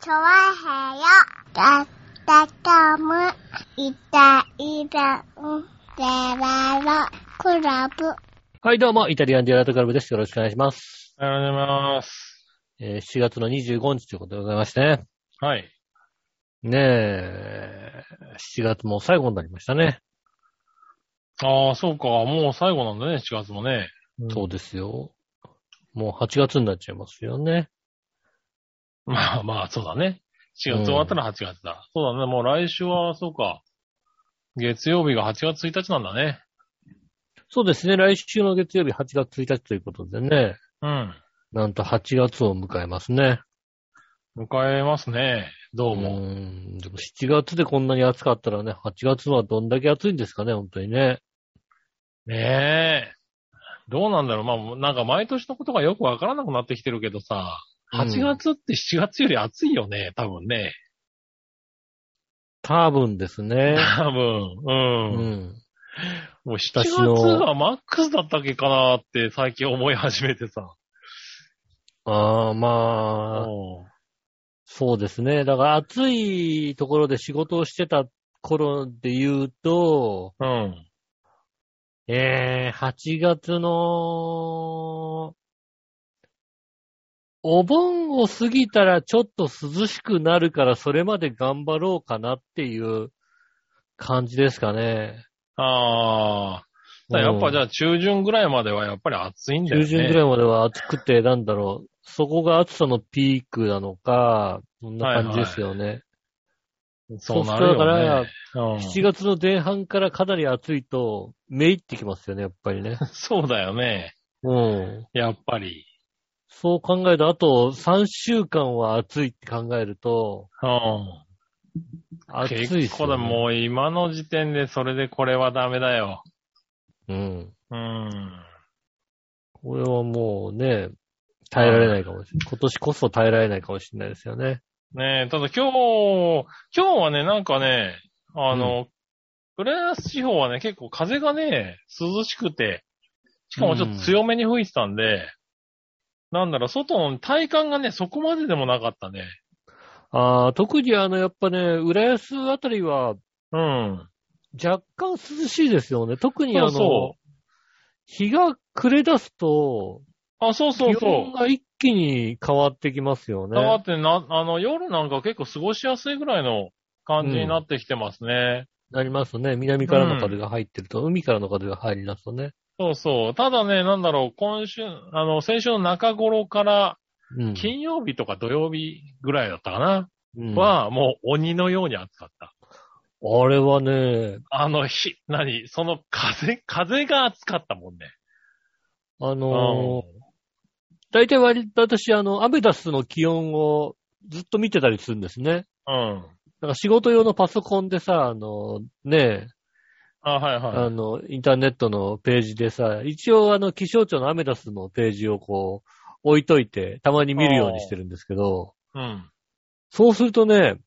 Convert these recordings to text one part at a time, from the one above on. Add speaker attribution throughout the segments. Speaker 1: チョワヘヨだったかむいたいたんでららクラブ
Speaker 2: はい、どうも、イタリアンディアラトクラブです。よろしくお願いします。
Speaker 3: ありがとうございます。
Speaker 2: えー7月の25日ということでございましてね。
Speaker 3: はい。
Speaker 2: ねえ、7月も最後になりましたね。
Speaker 3: ああ、そうか。もう最後なんだね、7月もね。
Speaker 2: そうですよ。もう8月になっちゃいますよね。
Speaker 3: まあまあ、そうだね。4月終わったら8月だ。そうだね。もう来週は、そうか。月曜日が8月1日なんだね。
Speaker 2: そうですね、来週の月曜日8月1日ということでね、
Speaker 3: うん。
Speaker 2: なんと8月を迎えますね。
Speaker 3: 迎えますね。ど
Speaker 2: う
Speaker 3: うも。
Speaker 2: ん、でも7月でこんなに暑かったらね、8月はどんだけ暑いんですかね、本当にね。
Speaker 3: ねえ。どうなんだろう。まあ、なんか毎年のことがよくわからなくなってきてるけどさ。8月って7月より暑いよね、多分ね。
Speaker 2: 多分です ね。
Speaker 3: 多分、
Speaker 2: う
Speaker 3: うん。
Speaker 2: ん。
Speaker 3: もう7
Speaker 2: 私
Speaker 3: 月
Speaker 2: の
Speaker 3: はマックスだったっけかなって最近思い始めてさ。
Speaker 2: ああ、まあ、
Speaker 3: うん
Speaker 2: そうですね。だから暑いところで仕事をしてた頃で言うと、
Speaker 3: うん。
Speaker 2: えー、8月の、お盆を過ぎたらちょっと涼しくなるからそれまで頑張ろうかなっていう感じですかね。
Speaker 3: ああ。だからやっぱじゃ
Speaker 2: あ、
Speaker 3: あ中旬ぐらいまではやっぱり暑いんだよ
Speaker 2: 中
Speaker 3: ね。
Speaker 2: 旬ぐらいまでは暑くて、なんだろう、そこが暑さのピークなのか、そんな感じですよね。
Speaker 3: そうなるよ
Speaker 2: そうする
Speaker 3: ね。
Speaker 2: とだから
Speaker 3: うん
Speaker 2: 7月の前半からかなり暑いと、めいってきますよね、やっぱり ね。
Speaker 3: そうだよね。
Speaker 2: うん。
Speaker 3: やっぱり。
Speaker 2: そう考えると、あと3週間は暑いって考えると、
Speaker 3: うん。
Speaker 2: 暑いですよ、ね。
Speaker 3: 結構だ、もう今の時点でそれでこれはダメだよ。
Speaker 2: うん。
Speaker 3: うん。
Speaker 2: これはもうね、耐えられないかもしれない。今年こそ耐えられないかもしれないですよね。
Speaker 3: ねえ、ただ今日、今日はね、なんかね、あの、浦安地方はね、結構風がね、涼しくて、しかもちょっと強めに吹いてたんで、なんだろう、外の体感がね、そこまででもなかったね。
Speaker 2: ああ、特にあの、やっぱね、浦安あたりは
Speaker 3: うん。
Speaker 2: 若干涼しいですよね。特にあ
Speaker 3: そ
Speaker 2: の、
Speaker 3: うそ
Speaker 2: 日が暮れ出すと、
Speaker 3: う。あ、そうそ
Speaker 2: 気
Speaker 3: う
Speaker 2: 温
Speaker 3: そう。
Speaker 2: が一気に変わってきますよね。
Speaker 3: だからってな、あの、夜なんか結構過ごしやすいぐらいの感じになってきてますね。
Speaker 2: なりますね。南からの風が入ってると、海からの風が入りますとね。
Speaker 3: そうそう。ただね、なんだろう、今週、あの、先週の中頃から、
Speaker 2: うん。
Speaker 3: 金曜日とか土曜日ぐらいだったかな。
Speaker 2: うん
Speaker 3: は、もう鬼のように暑かった。
Speaker 2: あれはね、
Speaker 3: あの日、何その風、風が暑かったもんね。
Speaker 2: あ
Speaker 3: う
Speaker 2: のー、大体割と私、あの、アメダスの気温をずっと見てたりするんですね。
Speaker 3: ん。うん。
Speaker 2: だから仕事用のパソコンでさ、あの、ねえ、
Speaker 3: あ、はい
Speaker 2: あ
Speaker 3: はい。
Speaker 2: の、インターネットのページでさ、一応あの、気象庁のアメダスのページをこう、置いといて、たまに見るようにしてるんですけど、
Speaker 3: うん。
Speaker 2: そうするとね、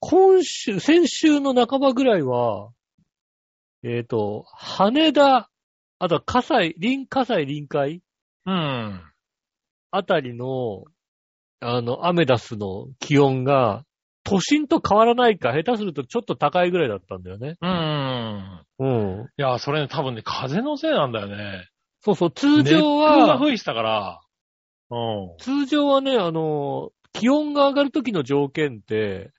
Speaker 2: 今週、先週の半ばぐらいは、えっ、と、羽田、あとは葛西、臨葛西臨海
Speaker 3: うん。
Speaker 2: あたりの、あの、アメダスの気温が、都心と変わらないか、下手するとちょっと高いぐらいだったんだよね。
Speaker 3: うん。
Speaker 2: うん。
Speaker 3: いや、それね、多分ね、風のせいなんだよね。
Speaker 2: そうそう、通常
Speaker 3: 熱風が
Speaker 2: は、
Speaker 3: 吹いてたから。うん。
Speaker 2: 通常はね、あの、気温が上がる時の条件って、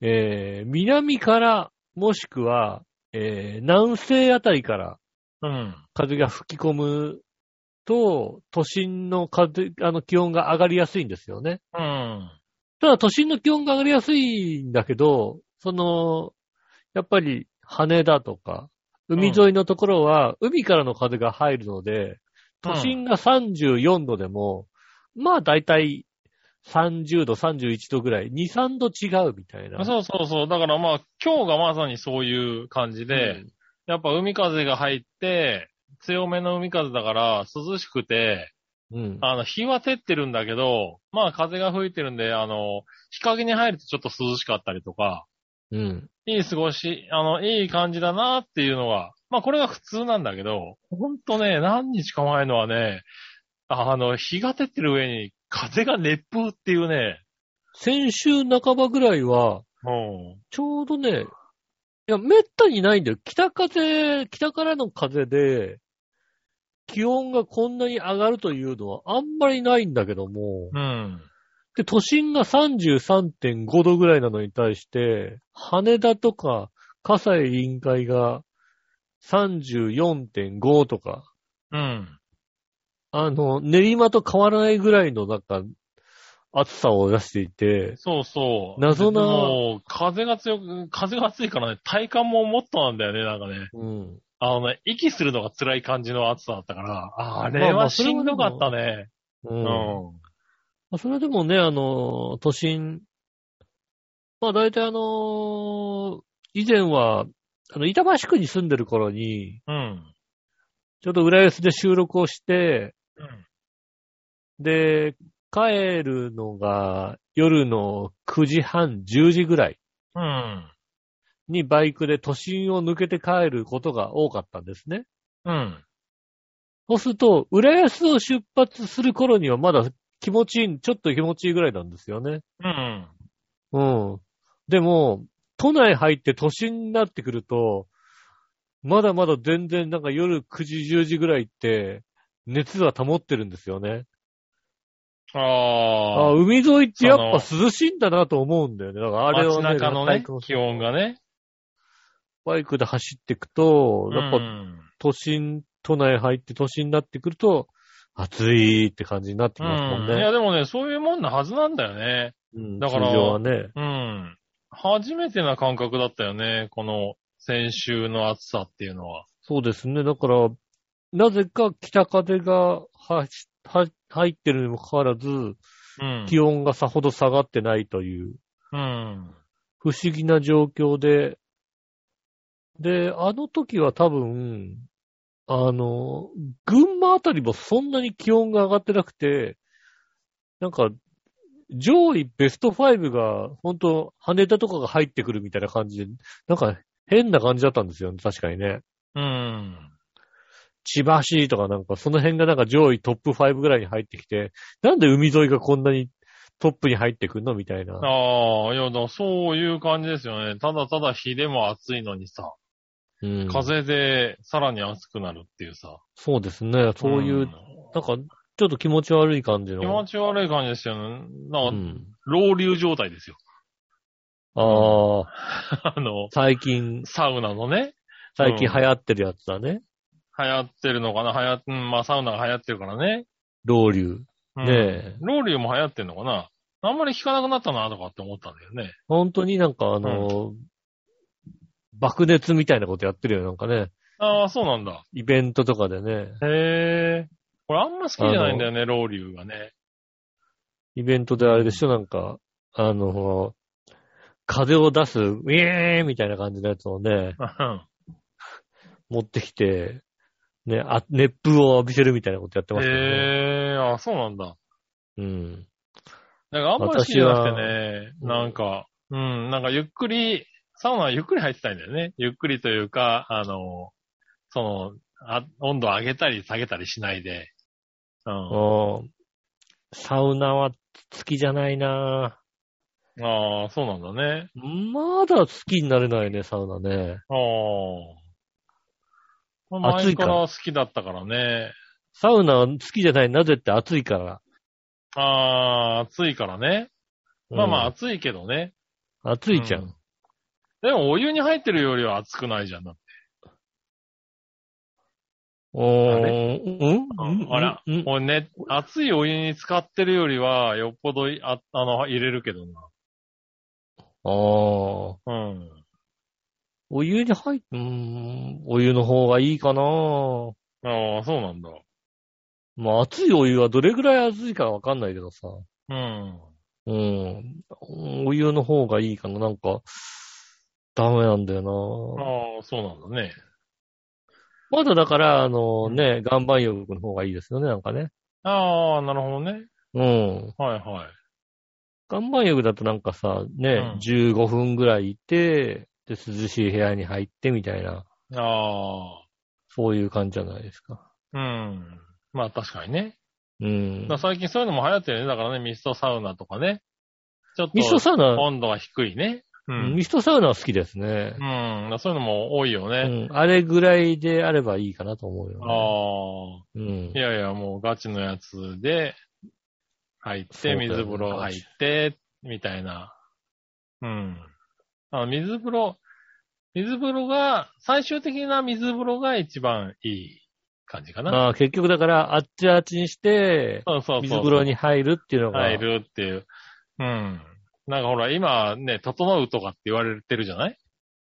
Speaker 2: えー、南から、もしくは、えー、南西あたりから、
Speaker 3: うん。
Speaker 2: 風が吹き込むと、都心の風、あの気温が上がりやすいんですよね。
Speaker 3: うん。
Speaker 2: ただ都心の気温が上がりやすいんだけど、その、やっぱり羽田とか、海沿いのところは海からの風が入るので、都心が34度でも、まあ大体30度、31度ぐらい、2、3度違うみたいな。
Speaker 3: そうそうそう。だからまあ、今日がまさにそういう感じ
Speaker 2: う
Speaker 3: で、
Speaker 2: ん
Speaker 3: やっぱ海風が入って、強めの海風だから涼しくて、
Speaker 2: うん。
Speaker 3: あの、日は照ってるんだけど、まあ風が吹いてるんで、あの、日陰に入るとちょっと涼しかったりとか、
Speaker 2: うん。
Speaker 3: いい過ごし、あの、いい感じだなっていうのは、まあこれが普通なんだけど、ほんとね、何日か前のはね、あの、日が照ってる上に風が熱風っていうね、
Speaker 2: 先週半ばぐらいは、
Speaker 3: うん。
Speaker 2: ちょうどね、いや、めったにないんだよ。北風、北からの風で、気温がこんなに上がるというのはあんまりないんだけども、
Speaker 3: うん。
Speaker 2: で、都心が33.5度ぐらいなのに対して、羽田とか、葛西臨海が34.5とか、
Speaker 3: うん。
Speaker 2: あの、練馬と変わらないぐらいの、なんか、暑さを出していて、
Speaker 3: そうそう。
Speaker 2: 謎な
Speaker 3: もう、風が強く、風が暑いからね、体感ももっとなんだよね、なんかね。
Speaker 2: うん。
Speaker 3: あのね、息するのが辛い感じの暑さだったから、ああれはしんどかったね。
Speaker 2: う。
Speaker 3: うんん。
Speaker 2: まあそれでもね、あの、都心、まあ大体あの、以前は、あの、板橋区に住んでる頃に、
Speaker 3: うん。
Speaker 2: ちょっと浦安で収録をして、
Speaker 3: うん
Speaker 2: で、帰るのが夜の9時半、10時ぐらい
Speaker 3: うん。
Speaker 2: にバイクで都心を抜けて帰ることが多かったんですね。
Speaker 3: うん。
Speaker 2: そうすると、浦安を出発する頃にはまだ気持ちいい、ちょっと気持ちいいぐらいなんですよね。
Speaker 3: うん。
Speaker 2: うん。でも、都内入って都心になってくると、まだまだ全然なんか夜9時、10時ぐらいって、熱は保ってるんですよね。あ
Speaker 3: ああ。
Speaker 2: 海沿いってやっぱ涼しいんだなと思うんだよね。だからあれを
Speaker 3: 街
Speaker 2: ね、
Speaker 3: 中のね
Speaker 2: 体感、
Speaker 3: 気温がね。
Speaker 2: バイクで走っていくと、やっ
Speaker 3: う
Speaker 2: ぱ
Speaker 3: ん
Speaker 2: 都心、都内入って都心になってくると、暑いって感じになってきますもん
Speaker 3: うん。い
Speaker 2: ね。
Speaker 3: や、でもね、そういうもんなはずなんだよね。
Speaker 2: うん、
Speaker 3: だから
Speaker 2: 通常はね。
Speaker 3: うん。初めてな感覚だったよね。この、先週の暑さっていうのは。
Speaker 2: そうですね。だから、なぜか北風がはしは入ってるにもかかわらず、
Speaker 3: うん。
Speaker 2: 気温がさほど下がってないという、
Speaker 3: うん。
Speaker 2: 不思議な状況で、で、あの時は多分、あの、群馬あたりもそんなに気温が上がってなくて、なんか、上位ベスト5が、本当羽田とかが入ってくるみたいな感じで、なんか変な感じだったんですよね、確かにね。
Speaker 3: うん。
Speaker 2: 千葉市とかなんか、その辺がなんか上位トップ5ぐらいに入ってきて、なんで海沿いがこんなにトップに入ってくんのみたいな。
Speaker 3: ああ、いや、だからそういう感じですよね。ただただ日でも暑いのにさ、
Speaker 2: うん
Speaker 3: 風でさらに暑くなるっていうさ。
Speaker 2: そうですね。そういう、な
Speaker 3: ん
Speaker 2: んか、ちょっと気持ち悪い感じの。
Speaker 3: 気持ち悪い感じですよね。な
Speaker 2: うん
Speaker 3: か、
Speaker 2: ん、
Speaker 3: 老流状態ですよ。
Speaker 2: ああ、
Speaker 3: あの、
Speaker 2: 最近、
Speaker 3: サウナのね、
Speaker 2: 最近流行ってるやつだね。
Speaker 3: 流行ってるのかな流行っ、うん、まあサウナが流行ってるからね。
Speaker 2: 老流。
Speaker 3: うん、
Speaker 2: ねえ
Speaker 3: 老流も流行ってるのかなあんまり聞かなくなったなとかって思ったんだよね。
Speaker 2: 本当になんかあの、爆熱みたいなことやってるよ。なんかね、
Speaker 3: ああ、そうなんだ。
Speaker 2: イベントとかでね、
Speaker 3: へえ。これあんま好きじゃないんだよね、老流がね。
Speaker 2: イベントであれでしょ、なんか、あの、風を出す、ウィーンみたいな感じのやつをね、
Speaker 3: うん
Speaker 2: 持ってきて、ね、あ熱風を浴びせるみたいなこと やってましたよね。
Speaker 3: へえ、あそうなんだ。
Speaker 2: うん。
Speaker 3: なんかあんまり好きじゃなくてね、
Speaker 2: 私は
Speaker 3: なんか、うん、なんかゆっくり、サウナはゆっくり入ってたいんだよね。ゆっくりというか、あの、その、あ温度を上げたり下げたりしないで。うん。
Speaker 2: あーサウナは好きじゃないなぁ。
Speaker 3: ああ、そうなんだね。
Speaker 2: まだ好きになれないね、サウナね。
Speaker 3: ああ。
Speaker 2: 暑
Speaker 3: 前
Speaker 2: い
Speaker 3: か
Speaker 2: から
Speaker 3: ら好きだったからね。
Speaker 2: サウナ好きじゃない、なぜって暑いから。
Speaker 3: ああ、暑いからね。まあまあ
Speaker 2: あ。
Speaker 3: 暑いけどね。
Speaker 2: 暑いじゃん。
Speaker 3: うでもお湯に入ってるよりは暑くないじゃん。
Speaker 2: お
Speaker 3: あ
Speaker 2: ー、うんうん
Speaker 3: あら、
Speaker 2: うん
Speaker 3: 俺ね、熱いお湯に使ってるよりは、よっぽどいあ、あの、入れるけど
Speaker 2: あー
Speaker 3: な。うん。
Speaker 2: お湯に入っ、うーん、お湯の方がいいかな
Speaker 3: ああ、そうなんだ。
Speaker 2: まあ、熱いお湯はどれぐらい熱いかわかんないけどさ。
Speaker 3: うん。
Speaker 2: うん。お湯の方がいいかななんか、ダメなんだよな
Speaker 3: ああ、そうなんだね。
Speaker 2: まだだから、あのね、岩盤浴の方がいいですよね、なんかね。
Speaker 3: ああ、なるほどね。
Speaker 2: うん。
Speaker 3: はいはい。
Speaker 2: 岩盤浴だとなんかさ、ね、
Speaker 3: うん
Speaker 2: 15分ぐらいいて、で、涼しい部屋に入ってみたいな、
Speaker 3: あ
Speaker 2: そういう感じじゃないですか。
Speaker 3: あ、うん。まあ確かにね。
Speaker 2: うん
Speaker 3: だか。ら最近そういうのも流行ってるね。だからね、ミストサウナとかね。ちょっ
Speaker 2: ミスト
Speaker 3: と
Speaker 2: サウナ、
Speaker 3: 温度が低いね。うん。
Speaker 2: ミストサウナは好きですね。
Speaker 3: うん。そういうのも多いよ
Speaker 2: う
Speaker 3: ね。
Speaker 2: ん。あれぐらいであればいいかなと思うよ、ね。
Speaker 3: ああ。
Speaker 2: うん
Speaker 3: い。やいや、もうガチのやつで、入っ
Speaker 2: そう
Speaker 3: て、
Speaker 2: だよね
Speaker 3: 水風呂入って、みたいな。うん。あの、水風呂、水風呂が、最終的な水風呂が一番いい感じかな。
Speaker 2: まあ結局だから、あっちあっちにして、
Speaker 3: そうそうそう。
Speaker 2: 水風呂に入るっていうのが。
Speaker 3: 入るっていう。うん。なんかほら、今ね、整うとかって言われてるじゃない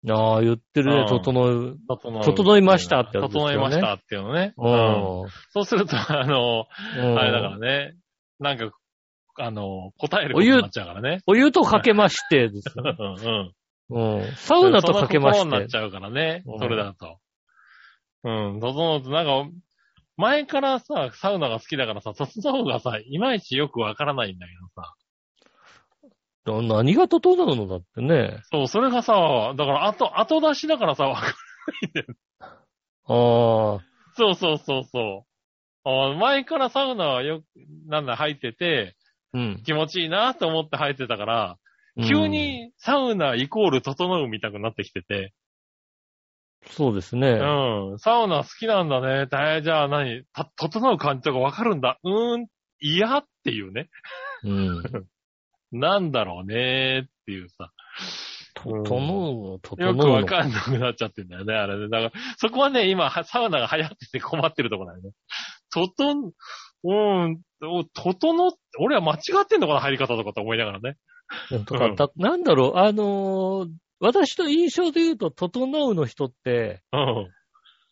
Speaker 2: ああ、言ってるね
Speaker 3: う、ん
Speaker 2: 整う。
Speaker 3: 整う。
Speaker 2: 整いましたってやつですよ
Speaker 3: 整
Speaker 2: ね
Speaker 3: いましたっていうのね。
Speaker 2: うん。
Speaker 3: うんそうすると、あの、
Speaker 2: うん
Speaker 3: あれだからね、なんか、あの、答えることになっちゃうからね。
Speaker 2: お湯とかけましてです
Speaker 3: う
Speaker 2: よ
Speaker 3: んうん。
Speaker 2: うん。サウナとかけま
Speaker 3: そんな心にな
Speaker 2: し。
Speaker 3: ってちゃうからね、
Speaker 2: うん
Speaker 3: それだと。うん、整うと、なんか、前からさ、サウナが好きだからさ、整うがさ、いまいちよくわからないんだけどさ。
Speaker 2: 何が整うのだってね。
Speaker 3: そう、それがさ、だから後、後出しだからさ、 わかる。
Speaker 2: ああ。
Speaker 3: そうそうそうそう。あ前からサウナはよく、なんだ、入ってて、
Speaker 2: うん。
Speaker 3: 気持ちいいなと思って入ってたから、急にサウナイコール整うみたくなってきてて、
Speaker 2: うん。そうですね。
Speaker 3: うん。サウナ好きなんだね。だいじゃあ何た、整う感じとかわかるんだ。うーん、嫌っていうね。
Speaker 2: うん。
Speaker 3: なんだろうねーっていうさ。
Speaker 2: 整う、整う
Speaker 3: よ
Speaker 2: の。
Speaker 3: くわかんなくなっちゃってんだよね、あれね。だから、そこはね、今、はサウナが流行ってて困ってるところだよね。ととん、うん、お整っ、俺は間違ってんのかな、入り方とかと思いながらね。
Speaker 2: とかだなんだろう、あのー私の印象で言うと、整うの人って、
Speaker 3: うん。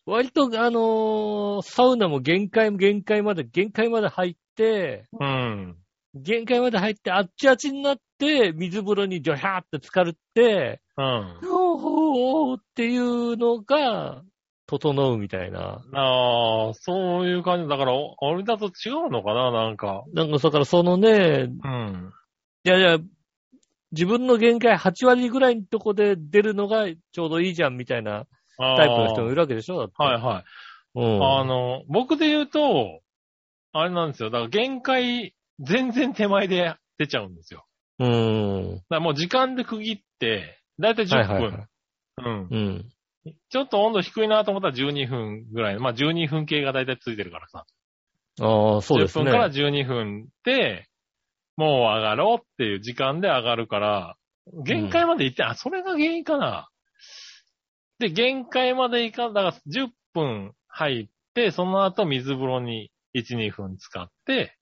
Speaker 2: 割と、あのーサウナも限界も限界まで、限界まで入って、
Speaker 3: うん。
Speaker 2: 限界まで入って、あっちあっちになって、水風呂にジョヒャーって浸かるって、
Speaker 3: うん。
Speaker 2: ほうほうっていうのが、整うみたいな。
Speaker 3: ああ、そういう感じ。だから、お俺だと違うのかな、なんか。
Speaker 2: なんか、だからそのね、
Speaker 3: うん。
Speaker 2: いやいや、自分の限界8割ぐらいのとこで出るのがちょうどいいじゃんみたいな
Speaker 3: あー
Speaker 2: タイプの人もいるわけでしょだって。
Speaker 3: はいはい。
Speaker 2: うん。
Speaker 3: あの、僕で言うと、あれなんですよ。だから限界、全然手前で出ちゃうんですよ。
Speaker 2: うーん。
Speaker 3: だからもう時間で区切って、だいたい10分。
Speaker 2: はいはいはい。
Speaker 3: うん。
Speaker 2: うん。
Speaker 3: ちょっと温度低いなと思ったら12分ぐらい。まあ12分計がだいたいついてるからさ。
Speaker 2: ああ、そうです
Speaker 3: 10
Speaker 2: ね。
Speaker 3: 分から12分で、もう上がろうっていう時間で上がるから、限界まで行って、あ、それが原因かな。で、限界まで行かん、だから10分入って、その後水風呂に1、2分使って、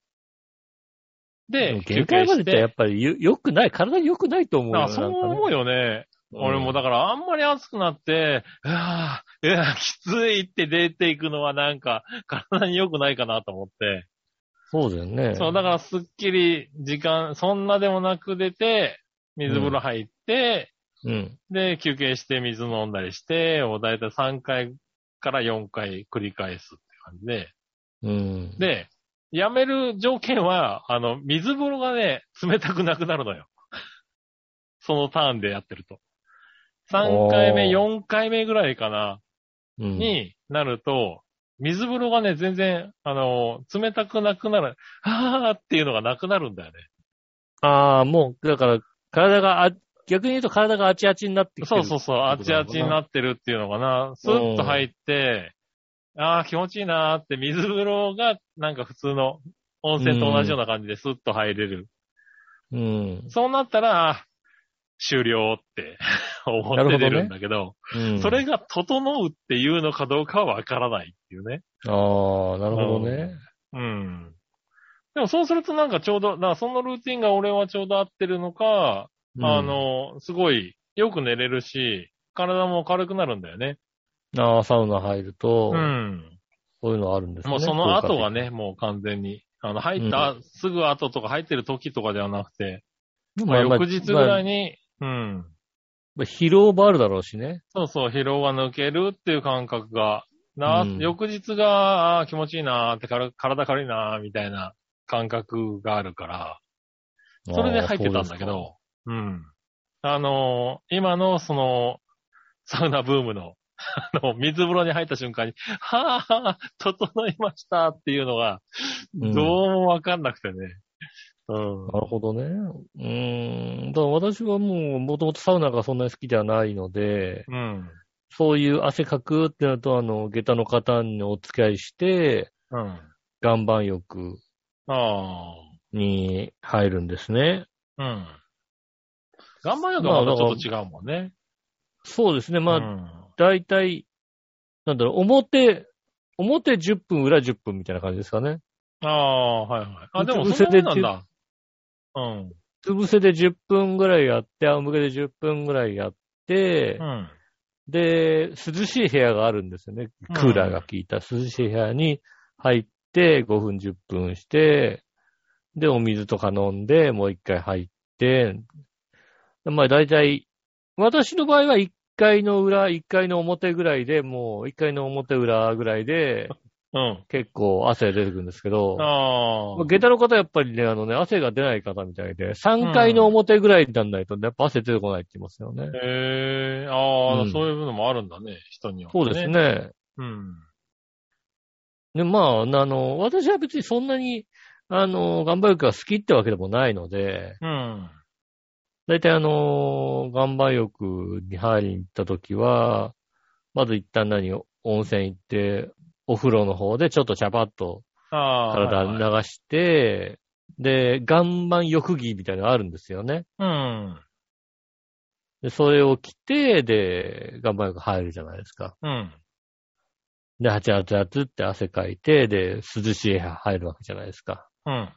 Speaker 2: で
Speaker 3: で
Speaker 2: も、限界まで
Speaker 3: 休
Speaker 2: っ
Speaker 3: 憩
Speaker 2: てや
Speaker 3: して
Speaker 2: っぱりよ良くない、体に良くないと思うよ。
Speaker 3: あそう思うよね。
Speaker 2: なんかね
Speaker 3: 俺もだからあんまり暑くなって、うわぁ、うわぁ、きついって出ていくのはなんか体に良くないかなと思って。
Speaker 2: そうだよね。
Speaker 3: そう、だからすっきり時間、そんなでもなく出て、水風呂入って、
Speaker 2: うん。
Speaker 3: で、休憩して水飲んだりして、をだいたい3回から4回繰り返すって感じで。
Speaker 2: うん。
Speaker 3: で、やめる条件は、あの、水風呂がね、冷たくなくなるのよ。 そのターンでやってると。3回目、
Speaker 2: お
Speaker 3: 4回目ぐらいかな、
Speaker 2: うん、
Speaker 3: になると、水風呂がね、全然、あの、冷たくなくなる、はぁーっていうのがなくなるんだよね。
Speaker 2: ああ、もう、だから、体があ、逆に言うと体があちあちになってきて
Speaker 3: そ
Speaker 2: る。
Speaker 3: うそううそう、あっちあっちになってるっていうのかな。スッと入って、ああ、気持ちいいなーって、水風呂がなんか普通の温泉と同じような感じでスッと入れる。
Speaker 2: そう。うん。
Speaker 3: そうなったら、あー終了って 思って出るんだけど、
Speaker 2: うん、
Speaker 3: それが整うっていうのかどうかはわからないっていうね。
Speaker 2: ああ、なるほどね。
Speaker 3: うん。でもそうするとなんかちょうど、だからそのルーティンが俺はちょうど合ってるのか、
Speaker 2: うん
Speaker 3: あ、の、すごいよく寝れるし、体も軽くなるんだよね。
Speaker 2: ああ、サウナ入ると、
Speaker 3: うん。
Speaker 2: そういうのあるんですね。
Speaker 3: もうその後がね、もう完全に。あの、入った、すぐ後とか入ってる時とかではなくて、
Speaker 2: 効
Speaker 3: まあ
Speaker 2: 果的、
Speaker 3: 翌日ぐらい
Speaker 2: に。
Speaker 3: に、うん。
Speaker 2: まあ疲労もあるだろうしね。
Speaker 3: そうそう、疲労が抜けるっていう感覚が、な、
Speaker 2: うん
Speaker 3: 翌日が、あー気持ちいいなーってから、体軽いなーみたいな感覚があるから、それで入ってたんだけ
Speaker 2: ああ。
Speaker 3: ど、うん。あのー今のその、サウナブームの、 あの、水風呂に入った瞬間に、はぁはぁ、整いましたっていうのが、
Speaker 2: うん
Speaker 3: どうもわかんなくてね。うん。
Speaker 2: なるほどね。うーん。だから私はもう、もともとサウナがそんなに好きではないので、
Speaker 3: うん。
Speaker 2: そういう汗かくってなると、あの、下駄の方にお付き合いして、
Speaker 3: うん。あ
Speaker 2: 岩盤浴
Speaker 3: あ。
Speaker 2: に入るんですね。
Speaker 3: うん。岩盤浴はまたちょっと違うもんね。
Speaker 2: そうですね。まあ、
Speaker 3: うん
Speaker 2: だいたい、なんだろう、表、表10分、裏10分みたいな感じですかね。
Speaker 3: ああ、はいはい。あ、でも
Speaker 2: うつ
Speaker 3: そ
Speaker 2: 伏せ
Speaker 3: んなもん
Speaker 2: で
Speaker 3: なんだ。うん。
Speaker 2: つぶせで10分ぐらいやって、仰向けで10分ぐらいやって
Speaker 3: う、ん。
Speaker 2: で、涼しい部屋があるんですよね。
Speaker 3: うん
Speaker 2: クーラーが効いた涼しい部屋に入って、5分10分して、で、お水とか飲んで、もう一回入って、まあ大体、私の場合は1階の裏、1階の表ぐらいで、もう1階の表裏ぐらいで、
Speaker 3: うん。
Speaker 2: 結構汗が出てくるんですけど、
Speaker 3: あ
Speaker 2: まあ下駄の方はやっぱりね、あのね、汗が出ない方みたいで、3階の表ぐらいになんないと、ね、やっぱ汗出てこないって言いますよね。
Speaker 3: あ。へえ、ああ、
Speaker 2: うん
Speaker 3: そういうのもあるんだね、人には、
Speaker 2: そうです。ね。
Speaker 3: うん。
Speaker 2: で、まあ、あの、私は別にそんなに、あの、岩盤浴が好きってわけでもないので、
Speaker 3: うん。
Speaker 2: だいたいあの、岩盤浴に入りに行った時は、まず一旦何を、温泉行って、お風呂の方でちょっとシャバッと
Speaker 3: ああ。
Speaker 2: 体
Speaker 3: はい
Speaker 2: 流
Speaker 3: はい
Speaker 2: して、で、岩盤浴着みたいなのがあるんですよね。
Speaker 3: うん。
Speaker 2: で、それを着て、で、岩盤浴入るじゃないですか。
Speaker 3: うん。
Speaker 2: で、ハチャツハツって汗かいて、で、涼しい部屋入るわけじゃないですか。
Speaker 3: うん。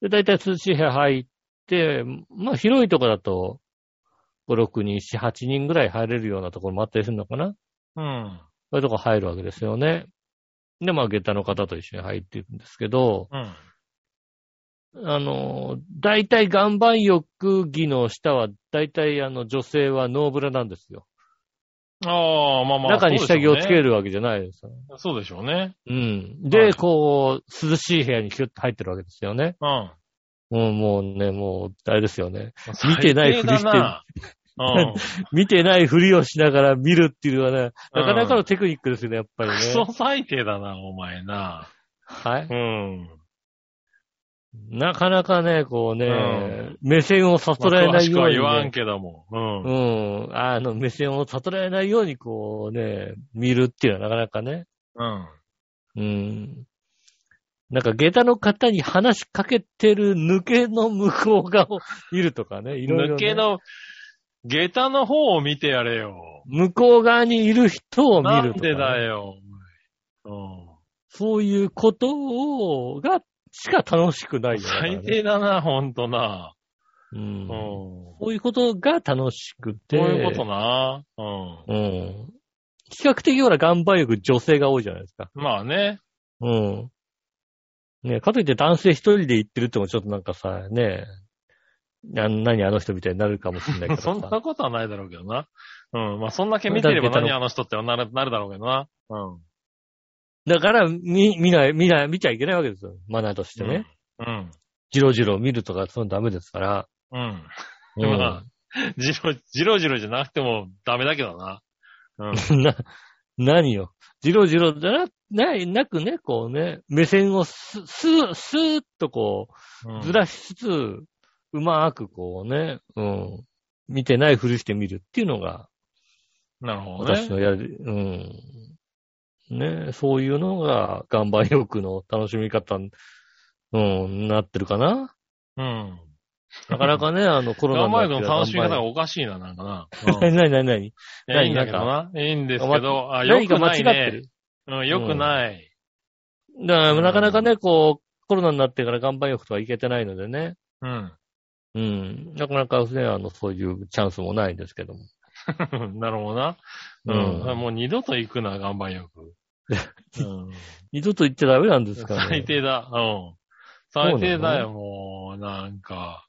Speaker 2: で、大体涼しい部屋入って、まあ広いとこだと、5、6人、7、8人ぐらい入れるようなところもあったりするのかな
Speaker 3: うん。
Speaker 2: そういうとこ入るわけですよね。で、まあ下駄の方と一緒に入っていくんですけど、
Speaker 3: うん。
Speaker 2: あの、大体岩盤浴着の下は、大体あの女性はノーブラなんですよ。
Speaker 3: ああ、まあまあ。
Speaker 2: 中に下着をつけ
Speaker 3: る。
Speaker 2: るわけじゃないですよね。
Speaker 3: そうでしょうね。
Speaker 2: うん。
Speaker 3: はい
Speaker 2: で、こう、涼しい部屋にキュッと入ってるわけですよね。
Speaker 3: うん。
Speaker 2: うん、もうね、もう、あれですよね。見てないふりして
Speaker 3: 最低だな うん。
Speaker 2: 見てないふりをしながら見るっていうのはね、なかなかのテクニックですよね、やっぱりね
Speaker 3: ク。ソ最低だな、お前な。
Speaker 2: はい。
Speaker 3: うん。
Speaker 2: なかなかね、こうね、
Speaker 3: うん
Speaker 2: 目線を悟られ
Speaker 3: まあ詳
Speaker 2: ない
Speaker 3: しく
Speaker 2: よう
Speaker 3: は
Speaker 2: に、
Speaker 3: 言わん
Speaker 2: ね。
Speaker 3: けども。うん。
Speaker 2: うん。あの、目線を悟られないように、こうね、見るっていうのはなかなかね。
Speaker 3: うん。
Speaker 2: うん。なんか、下駄の方に話しかけてる抜けの向こう側を見るとか ね、いろいろ、ね。
Speaker 3: 抜けの、下駄の方を見てやれよ。
Speaker 2: 向こう側にいる人を見
Speaker 3: なん
Speaker 2: るとかね、
Speaker 3: でだよ。お
Speaker 2: そういうことを、が、しか楽しくな
Speaker 3: 前
Speaker 2: い
Speaker 3: うん。
Speaker 2: よ、だからね
Speaker 3: 最低だな、ほんとな。
Speaker 2: う
Speaker 3: うんん。。こ
Speaker 2: こういうことが楽しく
Speaker 3: う
Speaker 2: て。
Speaker 3: いうことな。うん。
Speaker 2: うん。比較的ほら、岩盤浴女性が多いじゃないですか。
Speaker 3: まあね。
Speaker 2: うん。ねかといって男性一人で行ってるってもちょっとなんかさ、ねあ何あの人みたいになるかもしれないけど
Speaker 3: そん
Speaker 2: さ。
Speaker 3: なことはないだろうけどな。うん。まあそんだけ見てれば
Speaker 2: だけ
Speaker 3: 何
Speaker 2: ど
Speaker 3: あの人ってなる、なるだろうけどな。うん。
Speaker 2: だから、見、見ない、見ない、見ちゃいけないわけですよ。マナーとしてね。
Speaker 3: うん。
Speaker 2: ジロジロ見るとか、そういうのダメですから。
Speaker 3: うん。
Speaker 2: うん
Speaker 3: まじろ、じろじろじゃなくてもダメだけどな。う ん。
Speaker 2: な、何よ。ジロジロだな、ない、なくね、こうね、目線をす、す、すーっとこう、ずらしつつ、うまーくこうね、うん、見てないふりしてみるっていうのが、
Speaker 3: なるほど
Speaker 2: 私
Speaker 3: ね。
Speaker 2: のやる、うん。ね、そういうのが岩盤浴の楽しみ方、うん、なってるかな。
Speaker 3: うん。
Speaker 2: なかなか ね、あの、コロナ
Speaker 3: 名前
Speaker 2: になっ
Speaker 3: の
Speaker 2: て
Speaker 3: 楽しみ方
Speaker 2: 岩
Speaker 3: が
Speaker 2: 盤
Speaker 3: おかしいな、なんかな。
Speaker 2: 浴何何何
Speaker 3: いやいいんだけどな。いいんですけど、あ、
Speaker 2: 何
Speaker 3: よ
Speaker 2: 何か
Speaker 3: く
Speaker 2: 間
Speaker 3: な
Speaker 2: 違っ
Speaker 3: い
Speaker 2: てる。。
Speaker 3: ねうん、よくない。
Speaker 2: だから
Speaker 3: うん
Speaker 2: なかなかね、こう、コロナになってから岩盤浴とか行けてないのでね。
Speaker 3: うん。
Speaker 2: うん。なかなかね、あの、そういうチャンスもないんですけども。
Speaker 3: なるほどな。うん。もう二度と行くな、岩盤浴。 うん。
Speaker 2: 二度と行っちゃダメなんですからね。
Speaker 3: 最低だ。うん。最低だよ、もう。なんか。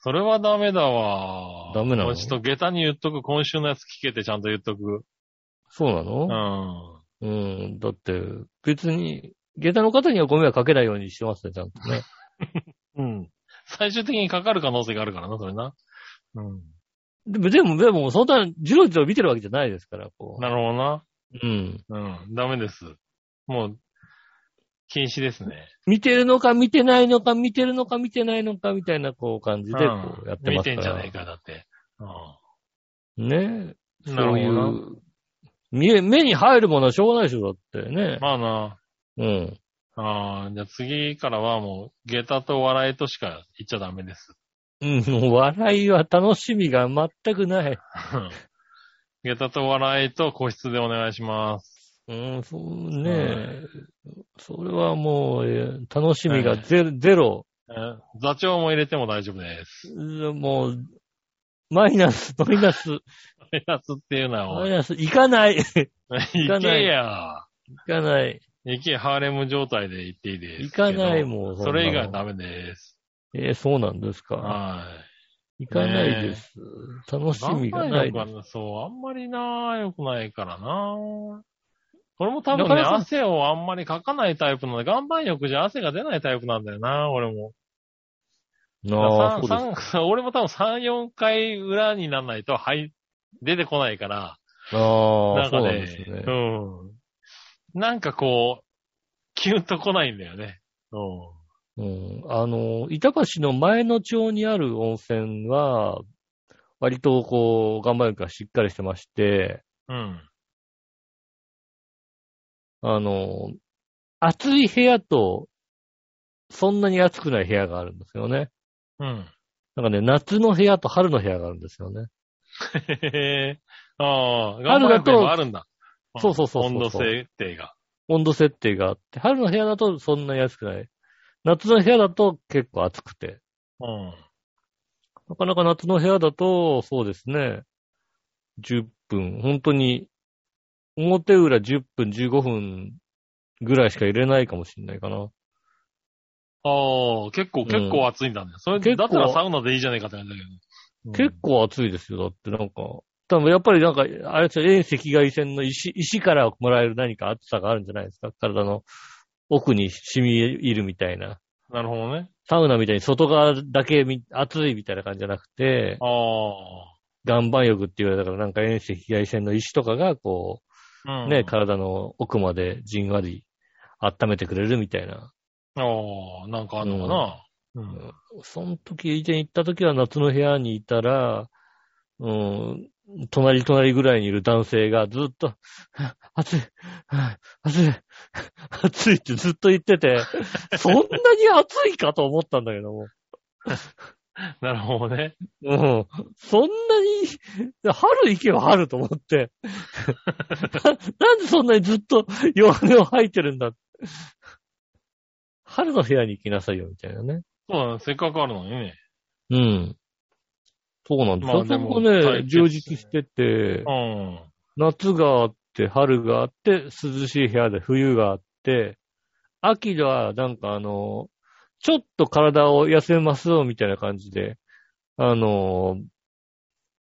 Speaker 3: それはダメだわ。
Speaker 2: ダメなの
Speaker 3: もうちょっと下駄に言っとく。今週のやつ聞けてちゃんと言っとく。
Speaker 2: そうなの
Speaker 3: うん。
Speaker 2: うん、だって、別に、下駄の方にはご迷惑かけないようにしてますね、ちゃんとね。
Speaker 3: うん。最終的にかかる可能性があるからな、それな。うん。
Speaker 2: でも、でも、でもそんな、じろじろ見てるわけじゃないですから、こ
Speaker 3: なるほどな。
Speaker 2: う。うん。
Speaker 3: うん。ダメです。もう、禁止ですね。
Speaker 2: 見てるのか見てないのか、見てるのか見てないのか、みたいなこう感じで
Speaker 3: うん
Speaker 2: こうやってますから。
Speaker 3: 見てんじゃねえか、だって。うん
Speaker 2: ねえ。
Speaker 3: なる
Speaker 2: そ
Speaker 3: ほ
Speaker 2: う
Speaker 3: ど
Speaker 2: い
Speaker 3: な
Speaker 2: う、見え、目に入るものはしょうがないでしょ、だってね。
Speaker 3: まあな。
Speaker 2: うん。
Speaker 3: ああ、じゃあ次からはもう、下駄と笑いとしか言っちゃダメです。
Speaker 2: うん、もう笑いは楽しみが全くない。
Speaker 3: 下駄と笑いと個室でお願いします。
Speaker 2: うん、そう
Speaker 3: は
Speaker 2: ねそれはもう、えー楽しみがゼロ、ゼロ
Speaker 3: えー座長も入れても大丈夫です。
Speaker 2: うんもう、マイナス、 マイナス、
Speaker 3: マイナスっていうのは
Speaker 2: マ
Speaker 3: お
Speaker 2: イ
Speaker 3: い、
Speaker 2: ナス、行かない、行
Speaker 3: 行けや。
Speaker 2: かない、
Speaker 3: 行け、ハーレム状態で行っていいです。
Speaker 2: 行かない
Speaker 3: けど
Speaker 2: もう。
Speaker 3: それ以外は
Speaker 2: だ。
Speaker 3: ダメです。
Speaker 2: えーそうなんですか。
Speaker 3: は
Speaker 2: 行かないです。楽
Speaker 3: い。
Speaker 2: しみがないで
Speaker 3: 頑張
Speaker 2: す。
Speaker 3: るのかなそう、あんまりな、良くないからな。これも多分
Speaker 2: 中
Speaker 3: ね、
Speaker 2: 根さん
Speaker 3: 汗をあんまりかかないタイプなので、岩盤浴じゃ汗が出ないタイプなんだよな、俺も。
Speaker 2: なあ、そうです
Speaker 3: 三三俺も多分3、4回裏にならないと、はい、出てこないから、
Speaker 2: あ
Speaker 3: な
Speaker 2: あ、そ
Speaker 3: んか
Speaker 2: うなん
Speaker 3: ね
Speaker 2: ですね。
Speaker 3: うん。なんかこう、キュンと来ないんだよね。うん。
Speaker 2: うん、あの、板橋の前の町にある温泉は、割とこう、岩盤浴がしっかりしてまして、
Speaker 3: うん。
Speaker 2: あの、暑い部屋と、そんなに暑くない部屋があるんですよね。
Speaker 3: うん。
Speaker 2: なんかね、夏の部屋と春の部屋があるんですよね。
Speaker 3: へへああ、
Speaker 2: あ
Speaker 3: 頑
Speaker 2: る
Speaker 3: 張
Speaker 2: だと
Speaker 3: ればあるんだ。
Speaker 2: そうそうそうそう
Speaker 3: 温度設定が。
Speaker 2: 温度設定があって、春の部屋だとそんなに暑くない。夏の部屋だと結構暑くて。
Speaker 3: うん。
Speaker 2: なかなか夏の部屋だと、そうですね。10分、本当に、表裏10分、15分ぐらいしか入れないかもしれないかな。
Speaker 3: ああ、結構、結構暑いんだね。それ、
Speaker 2: 結構
Speaker 3: だったらサウナでいいじゃねえかって感じだけど。
Speaker 2: 結構暑いですよ。だってなんか、多分やっぱりなんか、あれですよ、遠赤外線の石、石からもらえる何か暑さがあるんじゃないですか。体の奥に染み入るみたいな。
Speaker 3: 構。なるほどね。
Speaker 2: サウナみたいに外側だけみ暑いみたいな感じじゃなくて、
Speaker 3: あ
Speaker 2: 岩盤浴って言われたからなんか遠赤外線の石とかがこ
Speaker 3: あ。
Speaker 2: う、
Speaker 3: うん
Speaker 2: ね、体の奥までじんわり温めてくれるみたいな。
Speaker 3: ああ、なんかあんのかな。うん。
Speaker 2: その時、以前行った時は夏の部屋にいたら、うん、隣隣ぐらいにいる男性がずっと、はぁ暑い、はぁ暑い、はぁ暑いってずっと言ってて、そんなに暑いかと思ったんだけども。
Speaker 3: なるほどね。
Speaker 2: うん。そんなに、春行けば春と思 って。ななんでそんなにずっと弱音を吐いてるんだ春の部屋に行きなさいよ、みたいなね。
Speaker 3: そうだね。せっかくあるのにね。
Speaker 2: うん。そうなんです
Speaker 3: ま
Speaker 2: よ。
Speaker 3: あでも
Speaker 2: そこが
Speaker 3: 対
Speaker 2: ね、
Speaker 3: 決
Speaker 2: 充実してて
Speaker 3: う、ん。
Speaker 2: 夏があって、春があって、涼しい部屋で冬があって、秋はなんかあの、ちょっと体を休めますよみたいな感じで、あの、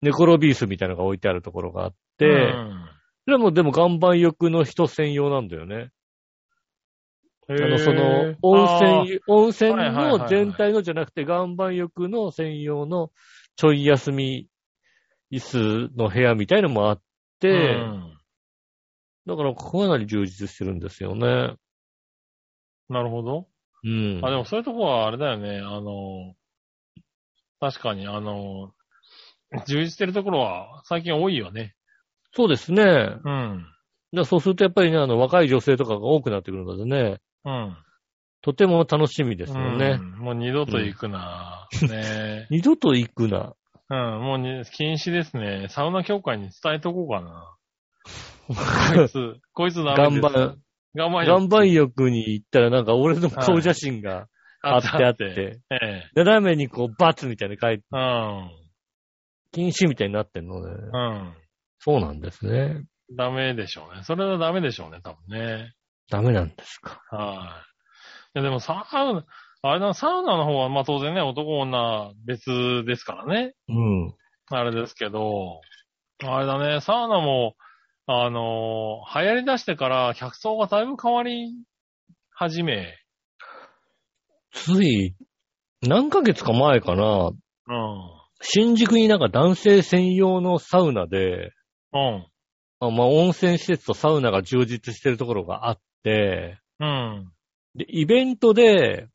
Speaker 2: ネコロビースみたいなのが置いてあるところがあって、
Speaker 3: うん
Speaker 2: でもでも岩盤浴の人専用なんだよね。
Speaker 3: あ
Speaker 2: あの、その、温泉、温泉
Speaker 3: はいはいはいは
Speaker 2: の
Speaker 3: い
Speaker 2: 全体のじゃなくて、岩盤浴の専用のちょい休み椅子の部屋みたいのもあって、
Speaker 3: うん
Speaker 2: だからかなり充実してるんですよね。
Speaker 3: なるほど。
Speaker 2: うん。
Speaker 3: あ、でもそういうとこはあれだよね。あの、確かに、あの、充実してるところは最近多いよね。
Speaker 2: そうですね。だか
Speaker 3: うん。
Speaker 2: らそうするとやっぱりね、あの、若い女性とかが多くなってくるのでね、
Speaker 3: うん。
Speaker 2: とても楽しみですよね。
Speaker 3: うんもう二度と行くな、ね
Speaker 2: 二度と行くな。
Speaker 3: うん、もうに禁止ですね。サウナ協会に伝えとこうかな。こいつ、こいつダメです。
Speaker 2: 岩盤。
Speaker 3: 頑張
Speaker 2: 岩盤浴に行ったらなんか俺の顔写真があってあっ。て、
Speaker 3: ええ。
Speaker 2: 斜めにこうバツみたいに書いて、
Speaker 3: うん。
Speaker 2: 禁止みたいになってんので、
Speaker 3: うん。
Speaker 2: そうなんですね。
Speaker 3: ダメでしょうね。それはダメでしょうね、多分ね。
Speaker 2: ダメなんですか。
Speaker 3: はい。いや、でもサウナ、あれだな、サウナの方は、まあ当然ね、男女別ですからね。
Speaker 2: うん。
Speaker 3: あれですけど、あれだね、サウナも、あのー流行り出してから客層がだいぶ変わり始め、
Speaker 2: つい、何ヶ月か前かな、
Speaker 3: うん。
Speaker 2: 新宿になんか男性専用のサウナで、
Speaker 3: うん。
Speaker 2: あまあ、温泉施設とサウナが充実してるところがあって、
Speaker 3: うん。
Speaker 2: で、イベントで、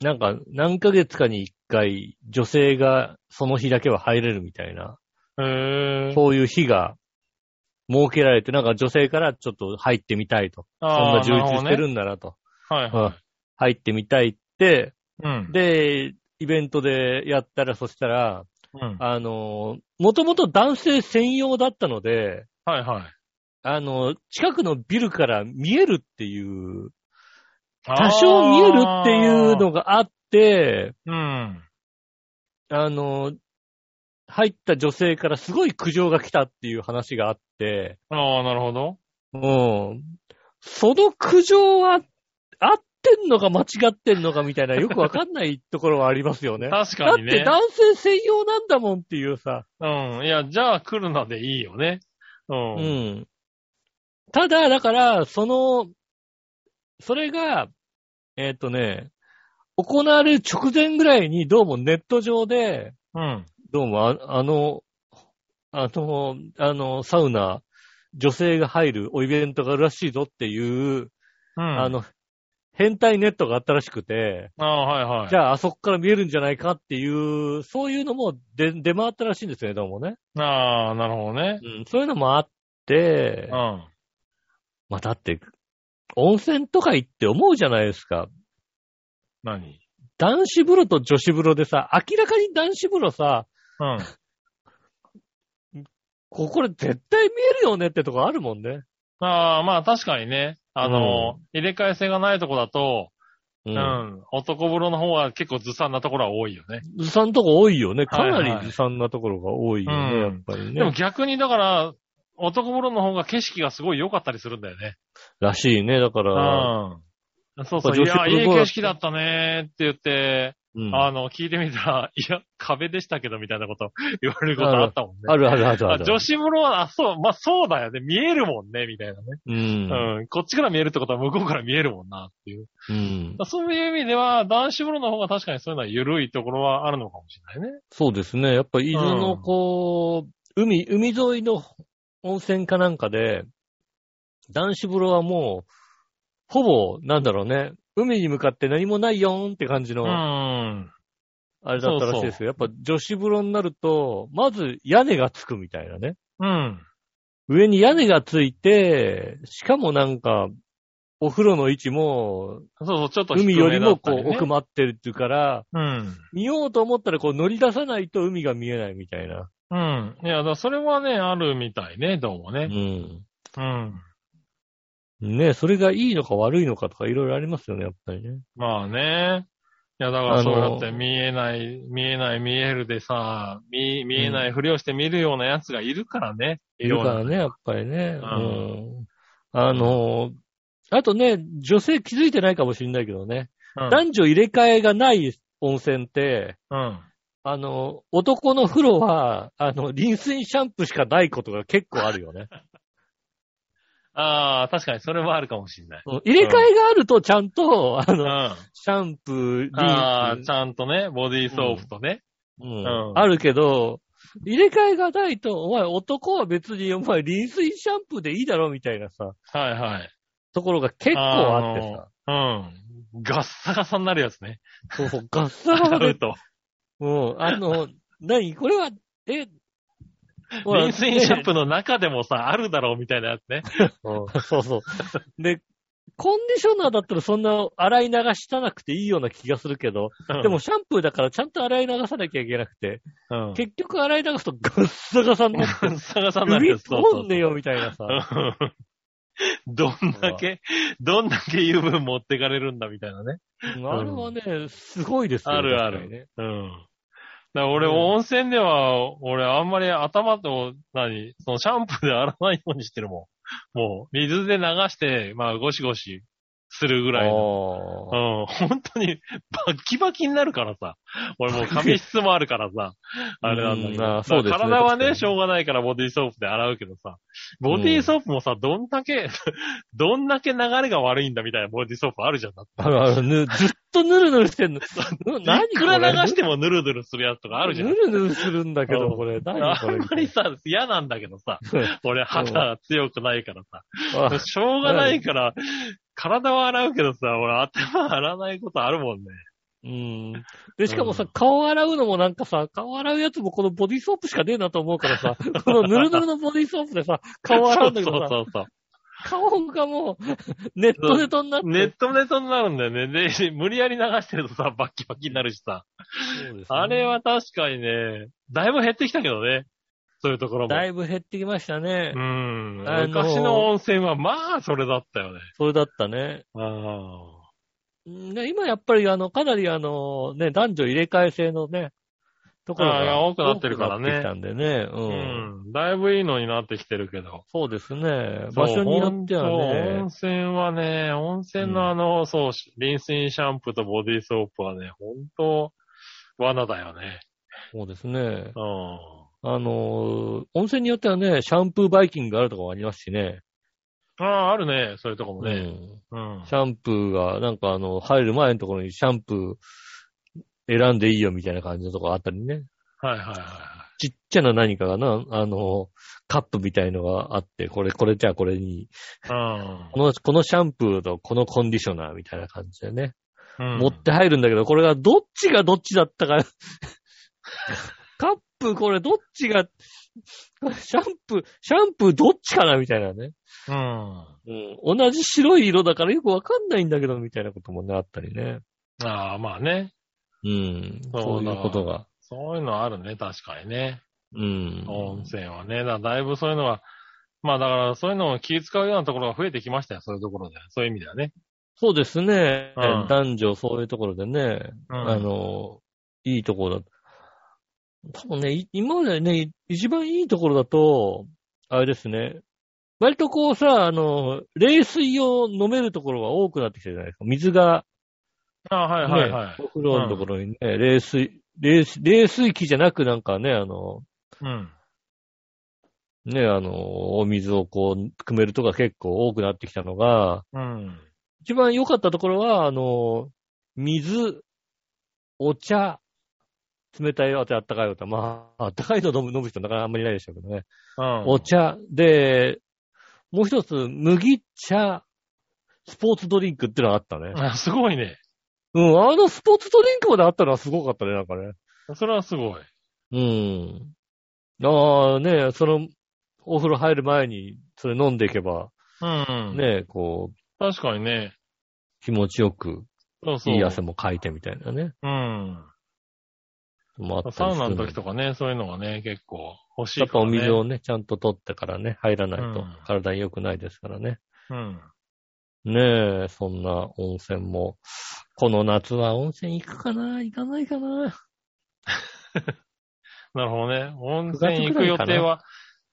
Speaker 2: なんか何ヶ月かに一回女性がその日だけは入れるみたいな、
Speaker 3: へえ。
Speaker 2: そういう日が設けられて、なんか女性からちょっと入ってみたいと。そん
Speaker 3: あ
Speaker 2: な
Speaker 3: ー
Speaker 2: 充実して。
Speaker 3: なる
Speaker 2: るんならと。
Speaker 3: ほどねはい
Speaker 2: うん
Speaker 3: は
Speaker 2: 入ってみたいって、
Speaker 3: い。うん。
Speaker 2: で、イベントでやったら、そしたら、
Speaker 3: うん
Speaker 2: あの、もともと男性専用だったので、
Speaker 3: はいはい。
Speaker 2: あの、近くのビルから見えるっていう、
Speaker 3: 多
Speaker 2: 多少見えるっていうのがあって、
Speaker 3: うん。
Speaker 2: あの、入った女性からすごい苦情が来たっていう話があって、
Speaker 3: ああ、なるほど。
Speaker 2: うん。その苦情は、合ってんのか間違ってんのかみたいな、よくわかんないところはありますよね。
Speaker 3: 確
Speaker 2: だ
Speaker 3: か
Speaker 2: っ
Speaker 3: に
Speaker 2: て
Speaker 3: ね。
Speaker 2: 男性専用なんだもんっていうさ。
Speaker 3: うん。いや、じゃあ来るなでいいよね。う。
Speaker 2: うんん。ただ、だから、その、それが、えーっ、とね、行われる直前ぐらいに、どうもネット上で、
Speaker 3: うん。
Speaker 2: どうもあ、あの、あの、あの、サウナ、女性が入るおイベントがあるらしいぞっていう、
Speaker 3: うん。
Speaker 2: あ、の、変態ネットがあったらしくて、
Speaker 3: ああ、はいはい。
Speaker 2: じゃああそこから見えるんじゃないかっていう、そういうのも出出回ったらしいんですよね、どうもね。
Speaker 3: ああ、なるほどね。
Speaker 2: うん、そういうのもあって、
Speaker 3: うん。
Speaker 2: まあだって、温泉とか行って思うじゃないですか。
Speaker 3: 何
Speaker 2: 男子風呂と女子風呂でさ、明らかに男子風呂さ、
Speaker 3: うん。
Speaker 2: ここれ絶対見えるよねってとこあるもんね。
Speaker 3: ああ、まあ確かにね。あの、入れ替え性がないとこだと、
Speaker 2: う
Speaker 3: うん、。男風呂の方は結構ずさんなところは多いよね。
Speaker 2: ずさんとこ多いよね。かな
Speaker 3: はいはい
Speaker 2: りずさんなところが多いよね、
Speaker 3: うん
Speaker 2: やっぱり
Speaker 3: でも
Speaker 2: ね。
Speaker 3: 逆にだから、男風呂の方が景色がすごい良かったりするんだよね。
Speaker 2: らしいね、だから。
Speaker 3: うん。そうそう。い
Speaker 2: 女子
Speaker 3: や、
Speaker 2: 風呂
Speaker 3: いい
Speaker 2: どうだった
Speaker 3: 景色だったねーって言って、
Speaker 2: うん
Speaker 3: あの、聞いてみたら、いや、壁でしたけどみたいなこと言われることあったもんね。
Speaker 2: あるあるあるあ
Speaker 3: あ
Speaker 2: る。
Speaker 3: 女子風呂は、あ、そう、まあそうだよね。見えるもんね、みたいなね。
Speaker 2: うん。
Speaker 3: うん。こっちから見えるってことは向こうから見えるもんな、っていう。
Speaker 2: うん。
Speaker 3: そういう意味では、男子風呂の方が確かにそういうのは緩いところはあるのかもしれないね。
Speaker 2: そうですね。やっぱ伊豆のこう、海、海沿いの温泉かなんかで、男子風呂はもう、ほぼ、なんだろうね、海に向かって何もないよーんって感じの、
Speaker 3: ん。
Speaker 2: あれだったらしいですけど、やっぱ女子風呂になると、まず屋根がつくみたいなね。
Speaker 3: うん。
Speaker 2: 上に屋根がついて、しかもなんか、お風呂の位置も、
Speaker 3: そうそう、ちょっと低
Speaker 2: 海より
Speaker 3: めだ
Speaker 2: も
Speaker 3: った
Speaker 2: こ
Speaker 3: ね
Speaker 2: う奥まってるっていうから、
Speaker 3: うん。
Speaker 2: 見ようと思ったらこう乗り出さないと海が見えないみたいな。
Speaker 3: うん。いや、だからそれはね、あるみたいね、どうも
Speaker 2: う
Speaker 3: ね。
Speaker 2: ん。
Speaker 3: うん。
Speaker 2: ねえ、それがいいのか悪いのかとかいろいろありますよね、やっぱりね。
Speaker 3: まあね。いや、だから
Speaker 2: あ
Speaker 3: そ
Speaker 2: の
Speaker 3: うだって見えない、見えない、見えるでさ、見、見えないふりをして見るようなやつがいるからね。
Speaker 2: いるからね、
Speaker 3: ね。
Speaker 2: やっぱりね。
Speaker 3: う
Speaker 2: うんん。あのー、あとね、女性気づいてないかもしれないけどね。
Speaker 3: うん。
Speaker 2: 男女入れ替えがない温泉って、
Speaker 3: うん。
Speaker 2: あの、男の風呂は、あの、リンスインシャンプーしかないことが結構あるよ ね。
Speaker 3: ああ、確かにそれはあるかもしれない。
Speaker 2: うん入れ替えがあるとちゃんと、あ
Speaker 3: うん。
Speaker 2: の、
Speaker 3: あ
Speaker 2: シャンプー、リ
Speaker 3: あ
Speaker 2: ン
Speaker 3: ー、
Speaker 2: ス
Speaker 3: ちゃんとね、ボディーソープとね。
Speaker 2: うん
Speaker 3: うん
Speaker 2: あるけど、入れ替えがないと、お前男は別に、お前リンスインシャンプーでいいだろみたいなさ、
Speaker 3: はいはい。
Speaker 2: ところが結構あってさ。
Speaker 3: うん。ガッサガサになるやつね。
Speaker 2: そうそう、ガッサ
Speaker 3: 洗
Speaker 2: ガサで
Speaker 3: う。と。
Speaker 2: うん、あの、何これは、え、ほら
Speaker 3: リンスインシャンプーの中でもさ、あるだろうみたいなやつね。
Speaker 2: うんそうそう。で、コンディショナーだったらそんな洗い流したなくていいような気がするけど、
Speaker 3: うん
Speaker 2: でも、シャンプーだからちゃんと洗い流さなきゃいけなくて、
Speaker 3: うん
Speaker 2: 結局洗い流すとガッサガサに
Speaker 3: ガ
Speaker 2: なって、
Speaker 3: ッサガサになる
Speaker 2: 首
Speaker 3: やつ。そうそ
Speaker 2: 飛
Speaker 3: うん
Speaker 2: ねよみたいなさ。
Speaker 3: うん どんだけ、どんだけ油分持ってかれるんだみたいなね。
Speaker 2: うんあれはね、すごいですよ
Speaker 3: あるあ
Speaker 2: 確かにね
Speaker 3: る。うん。だから俺、
Speaker 2: うん
Speaker 3: 温泉では、俺、あんまり頭と、何、そのシャンプーで洗わないようにしてるもん。もう、水で流して、まあ、ゴシゴシするぐらいの。
Speaker 2: ああ
Speaker 3: うん、本当に、バッキバキになるからさ。俺もう髪質もあるから さ。あれなんだけど。
Speaker 2: うんあ
Speaker 3: まあ
Speaker 2: そうですね
Speaker 3: 体は
Speaker 2: 確か
Speaker 3: ね、
Speaker 2: に
Speaker 3: しょうがないからボディーソープで洗うけどさ。ボディーソープもさ、どんだけ、 どんだけ流れが悪いんだみたいなボディーソープあるじゃん。だって
Speaker 2: あるあるぬ、ずっとヌルヌルしてんの。うん何
Speaker 3: いくら流しててもヌルヌルするやつとかあるじゃん
Speaker 2: ヌ。ルヌルするんだけ
Speaker 3: う
Speaker 2: ど、
Speaker 3: ん
Speaker 2: これ。何
Speaker 3: あ
Speaker 2: これ
Speaker 3: んまりさ、嫌なんだけどさ。俺、肌強くないからさ。
Speaker 2: あ
Speaker 3: しょうがないから、体は洗うけどさ、俺頭洗わないことあるもんね。
Speaker 2: うん。で、しかもさ、顔洗うのもなんかさ、顔洗うやつもこのボディーソープしかねえなと思うからさ、このヌルヌルのボディーソープでさ、顔洗うんだけどさ、
Speaker 3: そうそうそう
Speaker 2: 顔がもう、ネットネトになっ
Speaker 3: そ
Speaker 2: て。
Speaker 3: う。ネットネトになるんだよね。で、無理やり流してるとさ、バッキバキになるしさ。
Speaker 2: そうですね
Speaker 3: あれは確かにね、だいぶ減ってきたけどね。そういうところも。
Speaker 2: だいぶ減ってきましたね
Speaker 3: う。ん。
Speaker 2: あの
Speaker 3: 昔の温泉は、まあ、それだったよね。
Speaker 2: それだったね。
Speaker 3: ああ。
Speaker 2: うんね今やっぱりあの、かなりあの、ね、男女入れ替え制のね、ところ
Speaker 3: あー
Speaker 2: が
Speaker 3: 多くなってるからね
Speaker 2: 多くなってきたんでね。う。
Speaker 3: うんん。だいぶいいのになってきてるけど。
Speaker 2: そうですね。場所によっては
Speaker 3: そう
Speaker 2: ね
Speaker 3: 温。泉はね、温泉のあの、そう、リンスインシャンプーとボディーソープはね、ほんと、罠だよね。
Speaker 2: そうですね。
Speaker 3: うん。
Speaker 2: あのー、温泉によってはね、シャンプーバイキングがあるとこもありますしね。
Speaker 3: ああ、あるね、そういうとこも
Speaker 2: う
Speaker 3: ね。
Speaker 2: ん。
Speaker 3: うん。
Speaker 2: シャンプーが、なんかあの、入る前のところにシャンプー選んでいいよみたいな感じのとこあったりね。
Speaker 3: はいはいは
Speaker 2: ちっちゃな何かがな、あの、カップみたいのがあって、これ、これじゃあこれに、
Speaker 3: いは
Speaker 2: この、このシャンプーとこのコンディショナーみたいな感じでね。
Speaker 3: い。うん。
Speaker 2: 持って入るんだけど、これがどっちがどっちだった か。カップ、これどっちが、シャンプー、シャンプーどっちかなみたいなね。
Speaker 3: うん。
Speaker 2: うん。同じ白い色だからよくわかんないんだけど、みたいなこともね、あったりね。
Speaker 3: ああ、まあね。
Speaker 2: うん。
Speaker 3: そ
Speaker 2: そうう
Speaker 3: だ
Speaker 2: いうことが。
Speaker 3: そういうのあるね、確かにね。
Speaker 2: うん。
Speaker 3: 温泉はね。だだいぶそういうのは、まあだからそういうのを気使うようなところが増えてきましたよ、そういうところで。そういう意味ではね。
Speaker 2: そうですね。
Speaker 3: うん
Speaker 2: 男女そういうところでね、
Speaker 3: うん
Speaker 2: あの、いいところだ。多分ね、い今までね、一番いいところだと、あれですね。割とこうさ、あの、冷水を飲めるところが多くなってきてるじゃないですか。水が、
Speaker 3: ああ、は
Speaker 2: ね
Speaker 3: いはいはい。
Speaker 2: お風呂のところにね、冷水、冷水、冷水器じゃなくなんかね、あの、
Speaker 3: うん。
Speaker 2: ね、あの、お水をこう、汲めるとか結構多くなってきたのが、
Speaker 3: うん。
Speaker 2: 一番良かったところは、あの、水、お茶、冷たいお茶、あったかいお茶。まあ、あったかいの飲む飲む人なかなかあんまりいないでしょうけどね。
Speaker 3: うん。
Speaker 2: お茶。で、もう一つ、麦茶、スポーツドリンクってのがあったね。
Speaker 3: あ すごいね。
Speaker 2: うん、あのスポーツドリンクまであったのはすごかったね、なんかね。
Speaker 3: それはすごい。
Speaker 2: うん。ああ、ねその、お風呂入る前に、それ飲んでいけば、
Speaker 3: うん。
Speaker 2: ねこう、
Speaker 3: 確かにね。
Speaker 2: 気持ちよく、
Speaker 3: そうそう。
Speaker 2: いい汗もかいてみたいなね。
Speaker 3: うん。
Speaker 2: もあった
Speaker 3: サ
Speaker 2: り
Speaker 3: ウ
Speaker 2: す
Speaker 3: ナ
Speaker 2: る
Speaker 3: の
Speaker 2: で
Speaker 3: 時とかね、そういうのがね、結構欲しい
Speaker 2: やっぱ
Speaker 3: から、
Speaker 2: お
Speaker 3: ね。
Speaker 2: 水をね、ちゃんと取ってからね、入らないと
Speaker 3: うん
Speaker 2: 体に良くないですからね。
Speaker 3: うん。
Speaker 2: ねえ、そんな温泉も。この夏は温泉行くかな行かないかな
Speaker 3: なるほどね。温泉行く予定は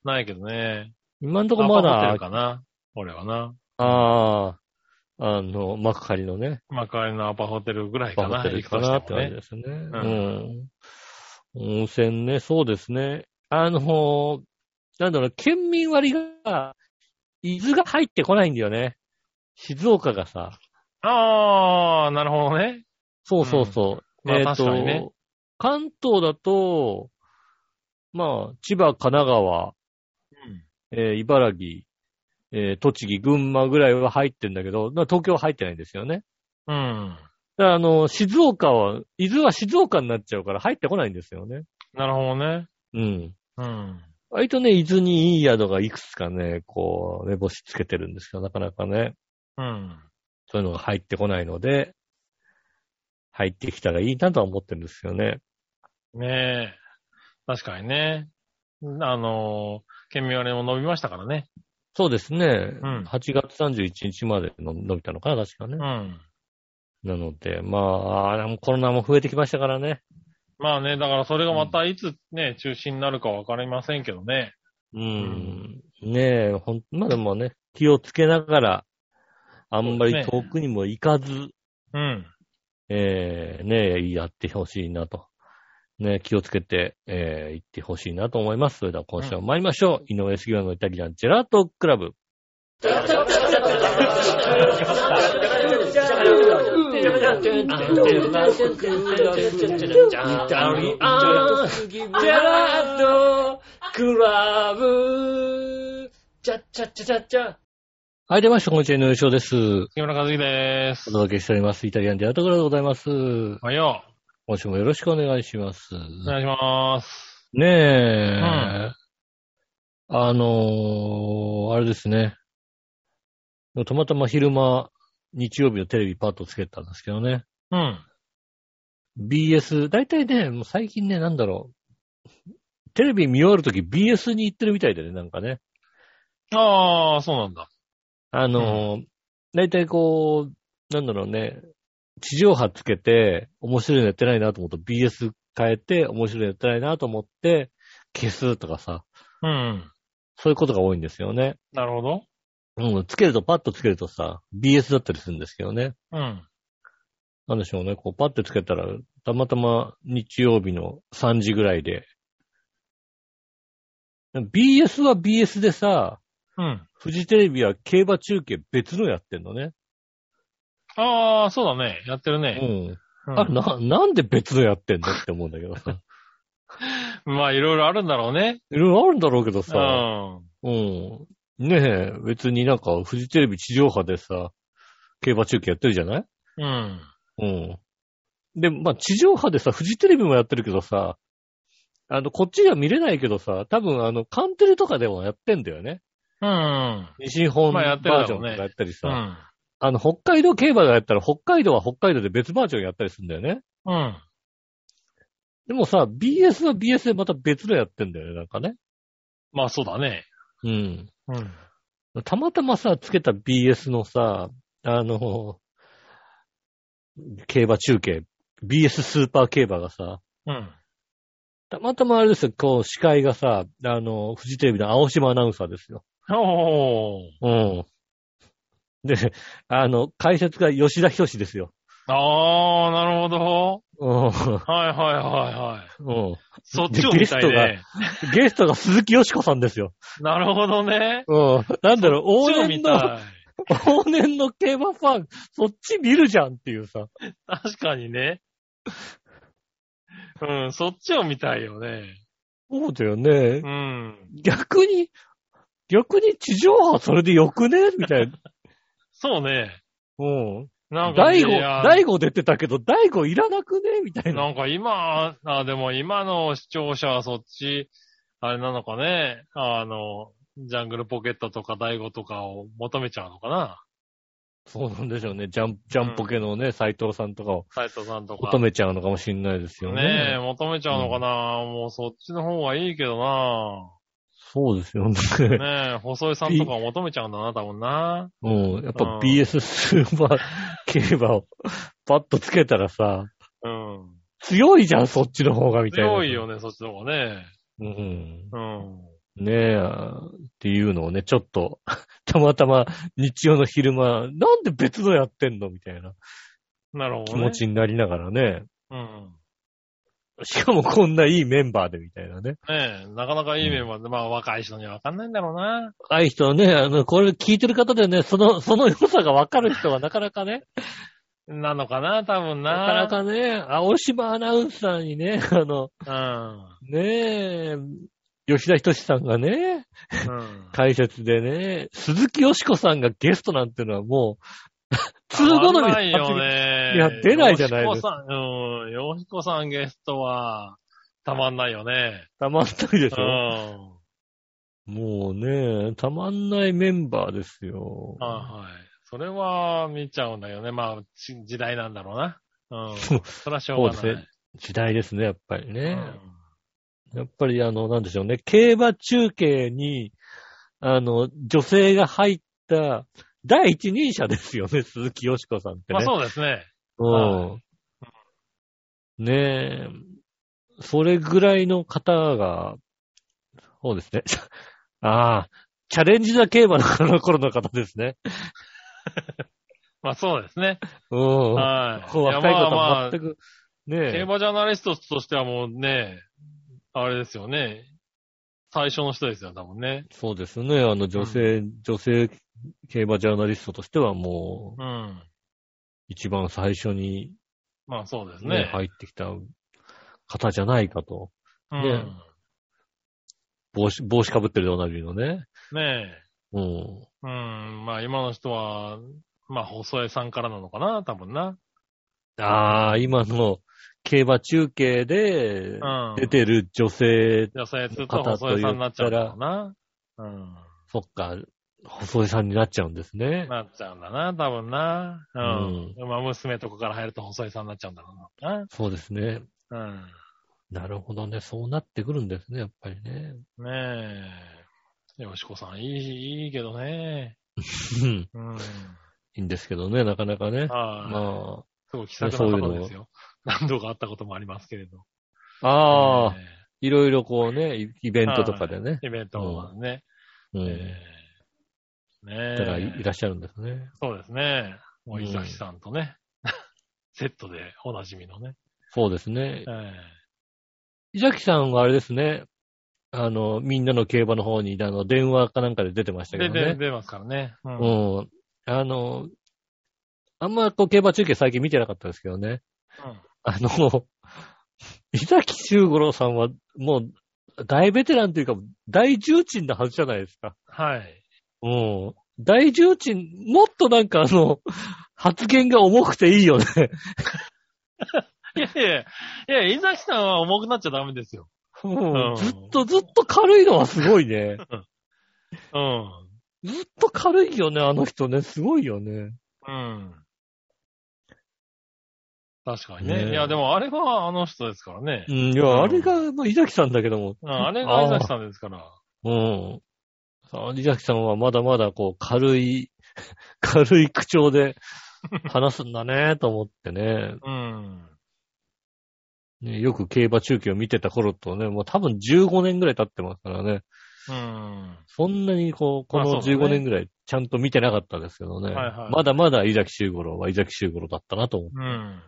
Speaker 3: ないけどね。
Speaker 2: 今んと
Speaker 3: ど
Speaker 2: こま
Speaker 3: ホテ
Speaker 2: だ
Speaker 3: ル、かな。俺はな。
Speaker 2: ああ、あの、幕張のね、
Speaker 3: まあ、帰りのアパホテルぐらいか
Speaker 2: バ
Speaker 3: な。
Speaker 2: ホテルかなって
Speaker 3: 行くとしてもね
Speaker 2: 感じですね。うんん。温泉ね、そうですね。あの、なんだろう、県民割が、伊豆が入ってこないんだよね。静岡がさ。
Speaker 3: ああ、なるほどね。
Speaker 2: そうそうそう。
Speaker 3: うんまあ
Speaker 2: えっ、
Speaker 3: 確かにね
Speaker 2: と、関東だと、まあ、千葉、神奈川、えー茨城、えー栃木、群馬ぐらいは入ってんだけど、な東京は入ってないんですよね。
Speaker 3: うん。うん。
Speaker 2: だからあの、静岡は、伊豆は静岡になっちゃうから入ってこないんですよね。
Speaker 3: なるほどね。
Speaker 2: うん。
Speaker 3: うん。
Speaker 2: 割とね、伊豆にいい宿がいくつかね、こう、目星つけてるんですけど、なかなかね、
Speaker 3: うん。
Speaker 2: そういうのが入ってこないので、入ってきたらいいなとは思ってるんですよね。
Speaker 3: ねえ。確かにね。あのー、県民割も伸びましたからね。
Speaker 2: そうですね。
Speaker 3: うん
Speaker 2: 8月31日までの伸びたのかな、確かね
Speaker 3: う。ん。
Speaker 2: なので、まあ、あれもコロナも増えてきましたからね。
Speaker 3: まあね、だからそれがまたいつね、中止になるかわかりませんけどね。
Speaker 2: うん。ねえ、ほん、まあでもね、気をつけながら、あんまり遠くにも行かず、
Speaker 3: うん。
Speaker 2: えー、ねえ、やってほしいなと。ねえ気をつけて、えー、行ってほしいなと思います。それでは今週も参りましょう。井上杉村のイタリアンジェラートクラブ。
Speaker 4: Gerardo Club. Cha cha cha cha cha.
Speaker 2: はい、出ました。こんにちは、井上翔です。
Speaker 3: 木村和樹でー
Speaker 2: お
Speaker 3: す。
Speaker 2: 届けしております。イタリアンでアートグラでございます。
Speaker 3: おはよ
Speaker 2: 今週もよろしくお願いします。
Speaker 3: う。お願いします。
Speaker 2: ねえ、
Speaker 3: ん
Speaker 2: あのーあれですね。たまたま昼間、日曜日のテレビパッとつけたんですけどね。
Speaker 3: うん。
Speaker 2: BS、だいたいね、もう最近ね、なんだろう。テレビ見終わるとき BS に行ってるみたいでね、なんかね。
Speaker 3: ああ、そうなんだ。
Speaker 2: あのーだいたいこう、なんだろうね、地上波つけて、面白いのやってないなと思うと BS 変えて、面白いのやってないなと思って、消すとかさ、
Speaker 3: うんうん。
Speaker 2: そういうことが多いんですよね。
Speaker 3: なるほど。
Speaker 2: うん、つけると、パッとつけるとさ、BS だったりするんですけどね。
Speaker 3: うん。
Speaker 2: なんでしょうね。こう、パッとつけたら、たまたま日曜日の3時ぐらいで。BS は BS でさ、
Speaker 3: うん。
Speaker 2: フジテレビは競馬中継別のやってんのね。
Speaker 3: ああ、そうだね。やってる
Speaker 2: う
Speaker 3: ね。
Speaker 2: ん。
Speaker 3: うん
Speaker 2: あれ、な、なんで別のやってんのって思うんだけどさ。
Speaker 3: まあ、いろいろあるんだろうね。
Speaker 2: いろいろあるんだろうけど
Speaker 3: う
Speaker 2: さ。
Speaker 3: ん。
Speaker 2: うん。ねえ、別になんか、フジテレビ地上波でさ、競馬中継やってるじゃない
Speaker 3: うん。
Speaker 2: うん。で、まあ、地上波でさ、フジテレビもやってるけどさ、あの、こっちでは見れないけどさ、多分あの、カンテレとかでもやってんだよね。
Speaker 3: うん。
Speaker 2: 西日本
Speaker 3: ま
Speaker 2: バ
Speaker 3: あやってるだ
Speaker 2: ージョン
Speaker 3: ろう
Speaker 2: と
Speaker 3: ね
Speaker 2: かやったりさ、
Speaker 3: う
Speaker 2: あ
Speaker 3: ん。
Speaker 2: の、北海道競馬がやったら、北海道は北海道で別バージョンやったりするんだよね。
Speaker 3: うん。
Speaker 2: でもさ、BS は BS でまた別のやってんだよね、なんかね。
Speaker 3: まあ、そうだね。
Speaker 2: うん。
Speaker 3: うん。
Speaker 2: たまたまさ、つけた BS のさ、あの、競馬中継、BS スーパー競馬がさ、
Speaker 3: うん。
Speaker 2: たまたまあれですよ、こう、司会がさ、あの、フジテレビの青島アナウンサーですよ。
Speaker 3: おー。
Speaker 2: うん。で、あの、解説が吉田博士ですよ。
Speaker 3: ああ、なるほど。
Speaker 2: うん。
Speaker 3: はいはいはいはい。
Speaker 2: うん。
Speaker 3: そっちを見たい
Speaker 2: ゲ
Speaker 3: ね。
Speaker 2: ゲストが鈴木よしこさんですよ。
Speaker 3: なるほどね。
Speaker 2: うん。なんだろう、
Speaker 3: そ
Speaker 2: 往
Speaker 3: っちを
Speaker 2: 年
Speaker 3: 見
Speaker 2: の、
Speaker 3: たい。
Speaker 2: 往年の競馬ファン、そっち見るじゃんっていうさ。
Speaker 3: 確かにね。うん、そっちを見たいよね。
Speaker 2: そうだよね
Speaker 3: う。ん。
Speaker 2: 逆に、逆に地上波それでよくねみたいな。
Speaker 3: そうね。
Speaker 2: うん。
Speaker 3: なんか、
Speaker 2: 大
Speaker 3: い
Speaker 2: 悟、
Speaker 3: や
Speaker 2: 大悟出てたけど、大悟いらなくねみたいな。
Speaker 3: なんか今、あ、でも今の視聴者はそっち、あれなのかね。あの、ジャングルポケットとか大悟とかを求めちゃうのかな。
Speaker 2: そうなんでしょうね。ジャン、ジャンポケのね、斎、藤さんとかを
Speaker 3: 斉藤さんとか。
Speaker 2: 求めちゃうのかもしれないですよね。
Speaker 3: ねえ、求めちゃうのかな、もうそっちの方がいいけ どな。
Speaker 2: そうです よね。
Speaker 3: ねえ、細井さんとかを求めちゃうんだな、多分な。
Speaker 2: うん。やっ
Speaker 3: うん
Speaker 2: ぱ BS スーパー競馬をパッとつけたらさ、
Speaker 3: うん。
Speaker 2: 強いじゃん、そっちの方がみたいな。
Speaker 3: 強い。よね、そっちの方がね。
Speaker 2: うん。
Speaker 3: うん。
Speaker 2: ねえ、っていうのをね、ちょっと、 たまたま日曜の昼間、なんで別のやってんのみたいな
Speaker 3: なるほど、
Speaker 2: 気
Speaker 3: ね。
Speaker 2: 持ちになりながらね。
Speaker 3: うん。
Speaker 2: しかもこんないいメンバーでみたいなね。
Speaker 3: ねえ、なかなかいいメンバーで、まあ若い人にはわかんないんだろうな。
Speaker 2: 若い人はね、あの、これ聞いてる方でね、その、その良さがわかる人はなかなかね、
Speaker 3: なのかな、多分な。
Speaker 2: なかなかね、青島アナウンサーにね、 あの、ねえ、吉田仁さんがね、
Speaker 3: うん。うん。
Speaker 2: 解説でね、鈴木よしこさんがゲストなんてのはも う、通好み
Speaker 3: 合わ
Speaker 2: で
Speaker 3: な いよね。
Speaker 2: いや出ないじゃない
Speaker 3: よ
Speaker 2: です
Speaker 3: しこさん、うん。よしこさんゲストは、たまんないよね。
Speaker 2: たまんないでし
Speaker 3: う
Speaker 2: ょ、
Speaker 3: ん。
Speaker 2: もうね、たまんないメンバーですよ。
Speaker 3: はいはい。それは見ちゃうんだよね。まあ、し時代なんだろうな。うん。それはしょうがない。
Speaker 2: そうです時代ですね、やっぱり
Speaker 3: う
Speaker 2: ね。
Speaker 3: ん
Speaker 2: やっぱりあの、なんでしょうね。競馬中継に、あの、女性が入った第一人者ですよね、鈴木よしこさんってね。
Speaker 3: まあそうですね。
Speaker 2: うん。ねえ。それぐらいの方が、そうですね。 ああ、チャレンジ・ザ・競馬の頃の方ですね。
Speaker 3: まあそうですね。
Speaker 2: うん。
Speaker 3: はい。
Speaker 2: こう若い
Speaker 3: や
Speaker 2: 方
Speaker 3: まあま
Speaker 2: は
Speaker 3: あ
Speaker 2: 全、く、
Speaker 3: 競
Speaker 2: ねえ。
Speaker 3: 馬ジャーナリストとしてはもうね、あれですよね。最初の人ですよ、多分ね。
Speaker 2: そうですね。あの、女性、女性競馬ジャーナリストとしてはもう、
Speaker 3: うん。
Speaker 2: 一番最初に
Speaker 3: まあそうです
Speaker 2: ね、
Speaker 3: ね。
Speaker 2: 入ってきた方じゃないかと。
Speaker 3: う
Speaker 2: ね
Speaker 3: ん。
Speaker 2: 帽子、帽子かぶってるでおなじみのね。
Speaker 3: ねえ。
Speaker 2: うん。
Speaker 3: うん、まあ今の人は、まあ細江さんからなのかな、多分な。
Speaker 2: ああ、今の競馬中継で
Speaker 3: うん。
Speaker 2: 出てる女性、
Speaker 3: 野菜すると細江さんになっちゃうんだろうな。うん。
Speaker 2: そっか、細井さんになっちゃうんですね。
Speaker 3: なっちゃうんだな、多分な。うん。
Speaker 2: う
Speaker 3: まあ娘とかから入ると細江さんになっちゃうんだろうな。
Speaker 2: そうですね。
Speaker 3: うん。
Speaker 2: なるほどね。そうなってくるんですね、やっぱりね。
Speaker 3: ねえ。よしこさん、いい、いいけどね。
Speaker 2: うん
Speaker 3: うん。
Speaker 2: いいんですけどね、なかなかね。
Speaker 3: ああ、
Speaker 2: ます
Speaker 3: ごい気さくな方ですよ。何度か会ったこともありますけれど。
Speaker 2: あ、ああ、
Speaker 3: ね
Speaker 2: いろいろこうね、イイベントとかでね。
Speaker 3: えイベントもね。
Speaker 2: うん。
Speaker 3: ええねえ。
Speaker 2: だからいいらっしゃるんですね。
Speaker 3: そうですね。も
Speaker 2: う
Speaker 3: うん伊崎さんとね、セットでおなじみのね。
Speaker 2: そうですね
Speaker 3: え。
Speaker 2: 伊崎さんはあれですね。あの、みんなの競馬の方に、あの、電話かなんかで出てました
Speaker 3: え
Speaker 2: けど
Speaker 3: で、で、
Speaker 2: ね。
Speaker 3: 出ますからね。う。
Speaker 2: うんん。あの、あんまこう競馬中継最近見てなかったですけどね。あの、伊崎修五郎さんはもう大ベテランというか大重鎮なはずじゃないですか。
Speaker 3: はい。
Speaker 2: うん。大重鎮、もっとなんかあの、発言が重くていいよね。
Speaker 3: いやいや、いや、伊崎さんは重くなっちゃダメですよ。
Speaker 2: うん
Speaker 3: うん
Speaker 2: ずっとずっと軽いのはすごい ね。
Speaker 3: うん。
Speaker 2: ずっと軽いよね、あの人ね。すごいよね。
Speaker 3: うん。確かにね。
Speaker 2: ねえ
Speaker 3: いや、でもあれはあの人ですからね
Speaker 2: う。ん、いや、あれが、まあ、伊崎さんだけども。
Speaker 3: うん、あれが伊崎さんですから。
Speaker 2: うん。さあ伊崎さんはまだまだこう、軽い、 軽い口調で話すんだね、と思ってね。
Speaker 3: うん。
Speaker 2: ね、よく競馬中継を見てた頃とね、もう多分15年ぐらい経ってますからね。
Speaker 3: うん。
Speaker 2: そんなにこう、こ
Speaker 3: まあ
Speaker 2: の
Speaker 3: そうだね
Speaker 2: 15年ぐらいちゃんと見てなかったですけどね。
Speaker 3: はいはい
Speaker 2: まだまだ伊崎修五郎は伊崎修五郎だったなと思う。
Speaker 3: うん。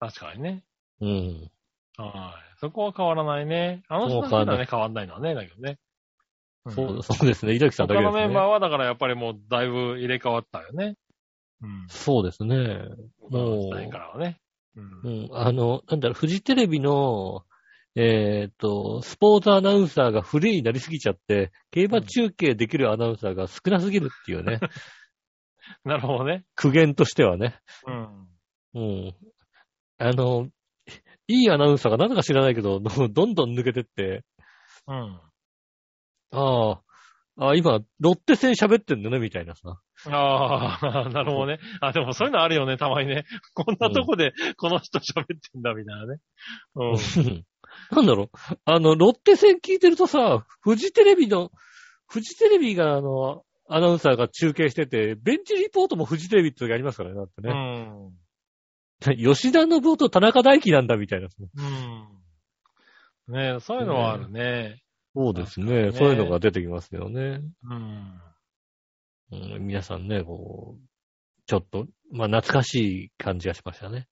Speaker 3: 確かにね。
Speaker 2: うん。
Speaker 3: はい。そこは変わらないね。あの人
Speaker 2: そう変わ
Speaker 3: は
Speaker 2: ら
Speaker 3: ね
Speaker 2: な
Speaker 3: 変わんないのはね、だけどね。ん
Speaker 2: そうそうですね。伊崎さんだけ
Speaker 3: 他
Speaker 2: で
Speaker 3: の
Speaker 2: すね。
Speaker 3: メンバーはだからやっぱりもうだいぶ入れ替わったよね。うん。
Speaker 2: そうですね。もう
Speaker 3: 他の時代からはね。うん
Speaker 2: う。ん。あの、なんだろう、フジテレビの、えーっと、スポーツアナウンサーがフリーになりすぎちゃって、競馬中継できるアナウンサーが少なすぎるって いうね、
Speaker 3: なるほどね。
Speaker 2: 苦言としてはね。
Speaker 3: うん。
Speaker 2: うん。あの、いいアナウンサーがなぜか知らないけど、どどんどん抜けてって、
Speaker 3: うん。
Speaker 2: ああ、あ今、ロッテ戦喋ってんだね、みたいなさ。
Speaker 3: ああ、 なるほどね。あ、でもそういうのあるよね、たまにね。こんなとこでこの人喋ってんだ、みたいなね。うん。
Speaker 2: なんだろう、あの、ロッテ戦聞いてるとさ、フジテレビの、フジテレビが、あの、アナウンサーが中継してて、ベンチリポートもフジテレビって時ありますからね、だって
Speaker 3: う
Speaker 2: ね。
Speaker 3: ん。
Speaker 2: 吉田信夫と田中大輝なんだ、みたいなさ。
Speaker 3: うん。ねえそういうのはあるね。
Speaker 2: そうですね。
Speaker 3: ね
Speaker 2: そういうのが出てきますよね。
Speaker 3: うん。
Speaker 2: うん皆さんね、こう、ちょっと、まあ、懐かしい感じがしましたね。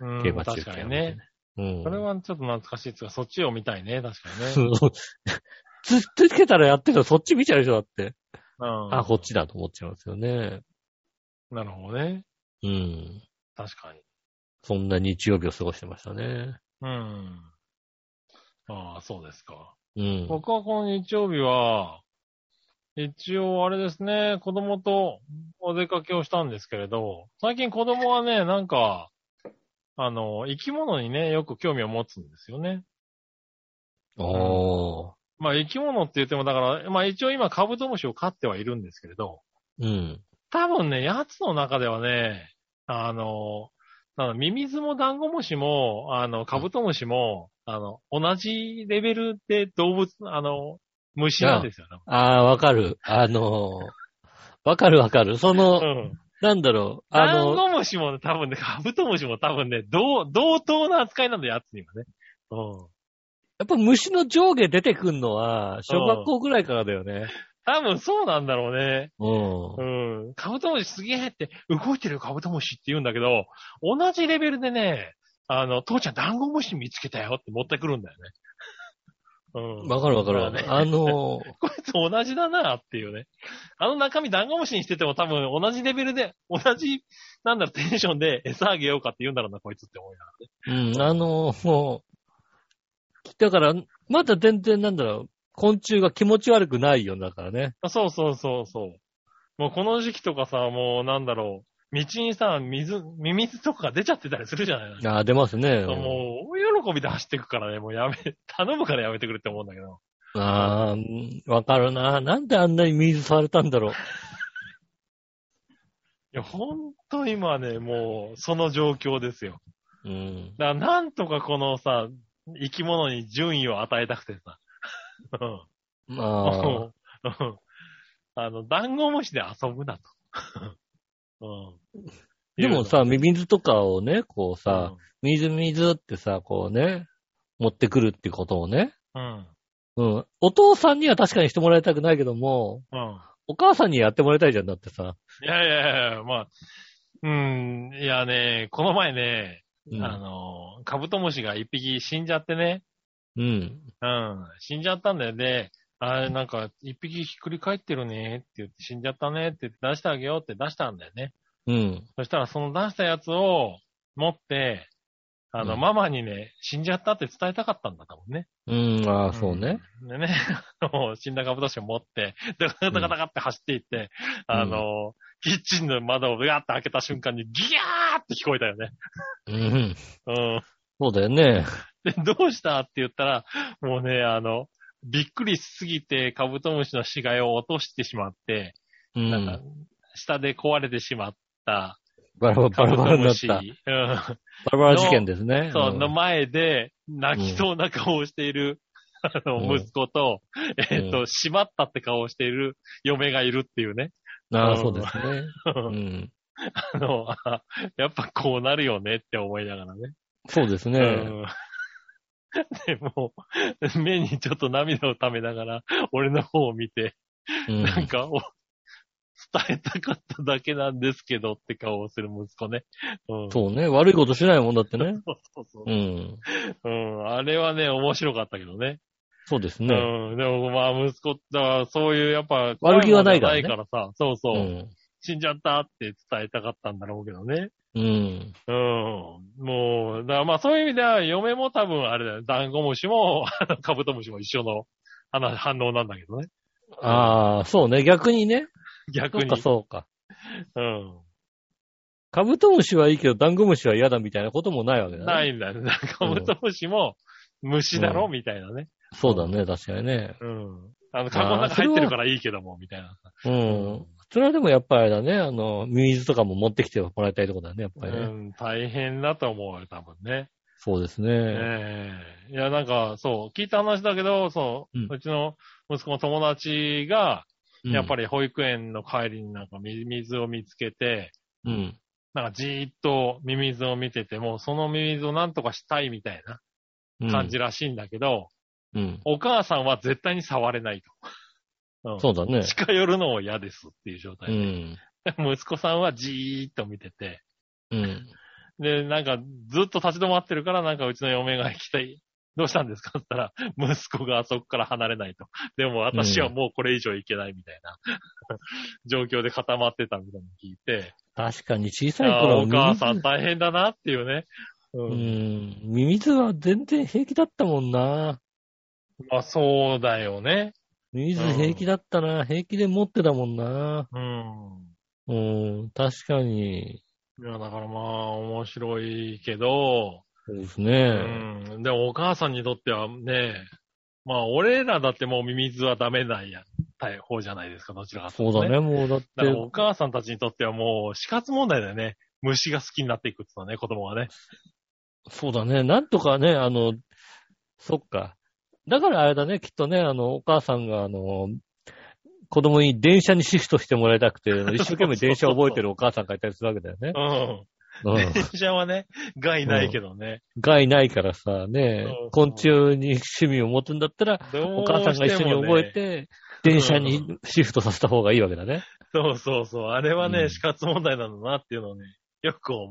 Speaker 3: うん、
Speaker 2: 競馬中継
Speaker 3: 確かにね。。
Speaker 2: うん。
Speaker 3: それはちょっと懐かしいっつうか、そっちを見たいね、確かにね。
Speaker 2: つ、つけたらやってるのそっち見ちゃう人だって。
Speaker 3: うん。
Speaker 2: あ、こっちだと思っちゃいますよね。
Speaker 3: なるほどね。
Speaker 2: うん。
Speaker 3: 確かに。
Speaker 2: そんな日曜日を過ごしてましたね。
Speaker 3: うん。ああ、そうですか。
Speaker 2: うん。
Speaker 3: 僕はこの日曜日は、一応あれですね、子供とお出かけをしたんですけれど、最近子供はね、なんか、あの、生き物にね、よく興味を持つんですよね。
Speaker 2: おー。
Speaker 3: まあ生き物って言っても、だから、まあ一応今カブトムシを飼ってはいるんですけれど、
Speaker 2: うん。
Speaker 3: 多分ね、やつの中ではね、あの、なんだミミズもダンゴムシも、あの、カブトムシも、あの、同じレベルで動物、あの、虫なんですよ、多
Speaker 2: あー、わかる。あのー、わかるわかる。その、
Speaker 3: 分。うん。
Speaker 2: なんだろう。あ
Speaker 3: ダ
Speaker 2: の、
Speaker 3: ンゴムシもね多分ね、カブトムシも多分ね、同、同等な扱いなんだよ、やつにはね。うん。
Speaker 2: やっぱ虫の上下出てくんのは、小学校ぐらいからだよね。
Speaker 3: 多分そうなんだろうね。
Speaker 2: うん。
Speaker 3: うん。カブトムシすげえって、動いてるよカブトムシって言うんだけど、同じレベルでね、あの、父ちゃんダンゴムシ見つけたよって持ってくるんだよね。うん。
Speaker 2: わかるわか
Speaker 3: まあね
Speaker 2: る。あのー、
Speaker 3: こいつ同じだなっていうね。あの中身ダンゴムシにしてても多分同じレベルで、同じ、なんだろう、テンションで餌あげようかって言うんだろうな、こいつって思いながら。
Speaker 2: うん、あの、もう、だから、まだ全然なんだろう、昆虫が気持ち悪くないようになるからね。
Speaker 3: あそうそうそうそう。もうこの時期とかさ、もうなんだろう、道にさ、水、ミミズとか出ちゃってたりするじゃないの
Speaker 2: ああ、出ますね。
Speaker 3: もう、大喜びで走ってくからね、もうやめ、 頼むからやめてくれって思うんだけど。
Speaker 2: ああ、うんわかるな。なんであんなに水されたんだろう。
Speaker 3: いや、ほんと今ね、もう、その状況ですよ。
Speaker 2: うん。
Speaker 3: だからなんとかこのさ、生き物に順位を与えたくてさ。うん
Speaker 2: まあ、
Speaker 3: うんあの、ダンゴムシで遊ぶなと。 うん
Speaker 2: でも、さ、ミミズとかをね、こう
Speaker 3: うん
Speaker 2: さ、、ミズミズってさ、こうね、持ってくるってことをね。
Speaker 3: うん。
Speaker 2: うん。お父さんには確かにしてもらいたくないけども、
Speaker 3: うん。
Speaker 2: お母さんにやってもらいたいじゃんだってさ。
Speaker 3: いやいやいや、まあ、うん、いやね、この前ね、
Speaker 2: うん。
Speaker 3: あの、カブトムシが一匹死んじゃってね、
Speaker 2: うん、
Speaker 3: うん、死んじゃったんだよね。あれ、なんか、一匹ひっくり返ってるねって言って、死んじゃったねって言って出してあげようって出したんだよね。
Speaker 2: うん。
Speaker 3: そしたら、その出したやつを持って、あの、
Speaker 2: うん
Speaker 3: ママにね、死んじゃったって伝えたかったんだ多分ね。
Speaker 2: うん。ああ、そうね。
Speaker 3: うん。でね、 もう死んだカブトシを持って、ダカダカダカダカって走っていって、
Speaker 2: うん
Speaker 3: あの、キッチンの窓をガーって開けた瞬間にギャーって聞こえたよね。
Speaker 2: うん。
Speaker 3: うん。
Speaker 2: そうだよね。
Speaker 3: で、 どうしたって言ったら、もうね、あの、びっくりしすぎてカブトムシの死骸を落としてしまって、
Speaker 2: う
Speaker 3: なんか
Speaker 2: ん。、
Speaker 3: 下で壊れてしまった
Speaker 2: バラバ
Speaker 3: カ
Speaker 2: ラ
Speaker 3: ブ
Speaker 2: バ
Speaker 3: ト
Speaker 2: ラにな
Speaker 3: ム
Speaker 2: っ
Speaker 3: シ。
Speaker 2: た。バ
Speaker 3: うん。
Speaker 2: ラバラ事件ですね。
Speaker 3: そう、
Speaker 2: ん
Speaker 3: の前で、泣きそうな顔をしている、あ
Speaker 2: う
Speaker 3: の、
Speaker 2: ん
Speaker 3: 息子と、えっ
Speaker 2: う
Speaker 3: と、しまったって顔をしている嫁がいるっていうね。
Speaker 2: あ
Speaker 3: う
Speaker 2: あ、
Speaker 3: ん
Speaker 2: そうです ね。うん。
Speaker 3: あの、 あやっぱこうなるよねって思いながらね。
Speaker 2: そうですね。
Speaker 3: うん でも、目にちょっと涙を溜めながら、俺の方を見て、
Speaker 2: うん
Speaker 3: なんか、お伝えたかっただけなんですけどって顔をする息子ね。うん
Speaker 2: そうね。悪いことしないもんだってね。
Speaker 3: そうそうそう
Speaker 2: う。ん。
Speaker 3: うん。あれはね、面白かったけどね。
Speaker 2: そうですね。
Speaker 3: うん。でもまあ、息子って、だからそういう、やっぱ、
Speaker 2: 悪気はないからね
Speaker 3: 怖いものじゃないからさ、そうそうう、
Speaker 2: ん。
Speaker 3: 死んじゃったって伝えたかったんだろうけどね。
Speaker 2: うん。
Speaker 3: うん。もう、だからまあそういう意味では、嫁も多分あれだよ、ダンゴムシも、あのカブトムシも一緒の、あの、反応なんだけどね。
Speaker 2: ああ、そうね。逆にね。そ
Speaker 3: 逆に。
Speaker 2: うか、そうか。
Speaker 3: うん。
Speaker 2: カブトムシはいいけど、ダンゴムシは嫌だみたいなこともないわけだね。
Speaker 3: ないんだよね。カブトムシも、虫だろ、みたいなね。
Speaker 2: そうだね、確かにね。
Speaker 3: うん。あの、カゴの中入ってるからいいけども、みたいな。
Speaker 2: うん。それはでもやっぱりだね、あの、ミミズとかも持ってきてもらいたいとこだね、やっぱ
Speaker 3: う
Speaker 2: りね。
Speaker 3: ん、大変だと思うよ、多分ね。
Speaker 2: そうですね。
Speaker 3: ええいや、なんか、そう、聞いた話だけど、そう、う
Speaker 2: うん
Speaker 3: ちの息子の友達が、やっぱ
Speaker 2: り。
Speaker 3: り保育園の帰りになんかミミズを見つけて、
Speaker 2: うん。
Speaker 3: なんかじーっとミミズを見てても、そのミミズをなんとかしたいみたい
Speaker 2: うん
Speaker 3: な感じらしいんだけど、
Speaker 2: うん。
Speaker 3: お母さんは絶対に触れないと。うん
Speaker 2: そうだね。
Speaker 3: 近寄るのを嫌ですっていう状
Speaker 2: う
Speaker 3: 態
Speaker 2: ん。
Speaker 3: で。 息子さんはじーっと見てて、
Speaker 2: うん。
Speaker 3: で、なんか、ずっと立ち止まってるから、なんかうちの嫁が来て、どうしたんですかって言ったら、息子があそこから離れないと。でも私はもうこれ以上いけないみたいな、状況で固まってたみたいなの聞いて、
Speaker 2: 確かに小さい
Speaker 3: あー
Speaker 2: 頃は
Speaker 3: お
Speaker 2: ミミズ
Speaker 3: 母さん大変だなっていうね。う。
Speaker 2: うんん。ミミズは全然平気だったもんな。
Speaker 3: まあそうだよね。
Speaker 2: ミミズ平気だったな。平気で持ってたもんな。
Speaker 3: うん。
Speaker 2: うん。確かに。
Speaker 3: いや、だからまあ面白いけど、
Speaker 2: そうです
Speaker 3: う
Speaker 2: ね。
Speaker 3: ん。でもお母さんにとってはね、まあ俺らだってもうミミズはダメなんや、方じゃないですか、どちらかとい
Speaker 2: そう
Speaker 3: と
Speaker 2: だね。もうだって
Speaker 3: だからお母さんたちにとってはもう死活問題だよね。虫が好きになっていくっていうのはね、子供はね。
Speaker 2: そうだね。なんとかね、あの、そっか。だからあれだね、きっとね、あの、お母さんが、あの、子供に電車にシフトしてもらいたく て、一生懸命電車を覚えてるお母さんがいたりするわけだよね。う
Speaker 3: うん。
Speaker 2: ん。
Speaker 3: 電車はね、害ないけどね。
Speaker 2: 害ないからさ、ね
Speaker 3: そうそう、
Speaker 2: 昆虫に趣味を持つんだったら、お
Speaker 3: お
Speaker 2: 母さんが一緒に覚え。て、電車
Speaker 3: う
Speaker 2: にシフトさせた方がいいわけだね。
Speaker 3: そうそうそう。あれは
Speaker 2: う
Speaker 3: ね、
Speaker 2: ん
Speaker 3: 死活問題なんだなっていうのをね、よく思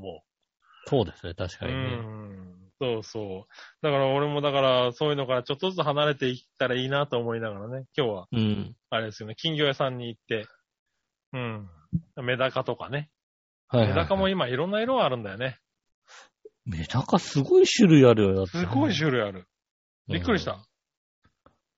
Speaker 2: そうですね、確
Speaker 3: う。
Speaker 2: かに
Speaker 3: う
Speaker 2: ね。
Speaker 3: ん。そうそう。だから俺もだから、そういうのからちょっとずつ離れていったらいいなと思いながらね、今日は、
Speaker 2: うん。
Speaker 3: あれですよね、金魚屋さんに行って、うん。メダカとかね。
Speaker 2: はいはい
Speaker 3: メダカも今いろんな色があるんだよね。
Speaker 2: メダカすごい種類あるよ、だって
Speaker 3: すごい種類ある。びっくりした。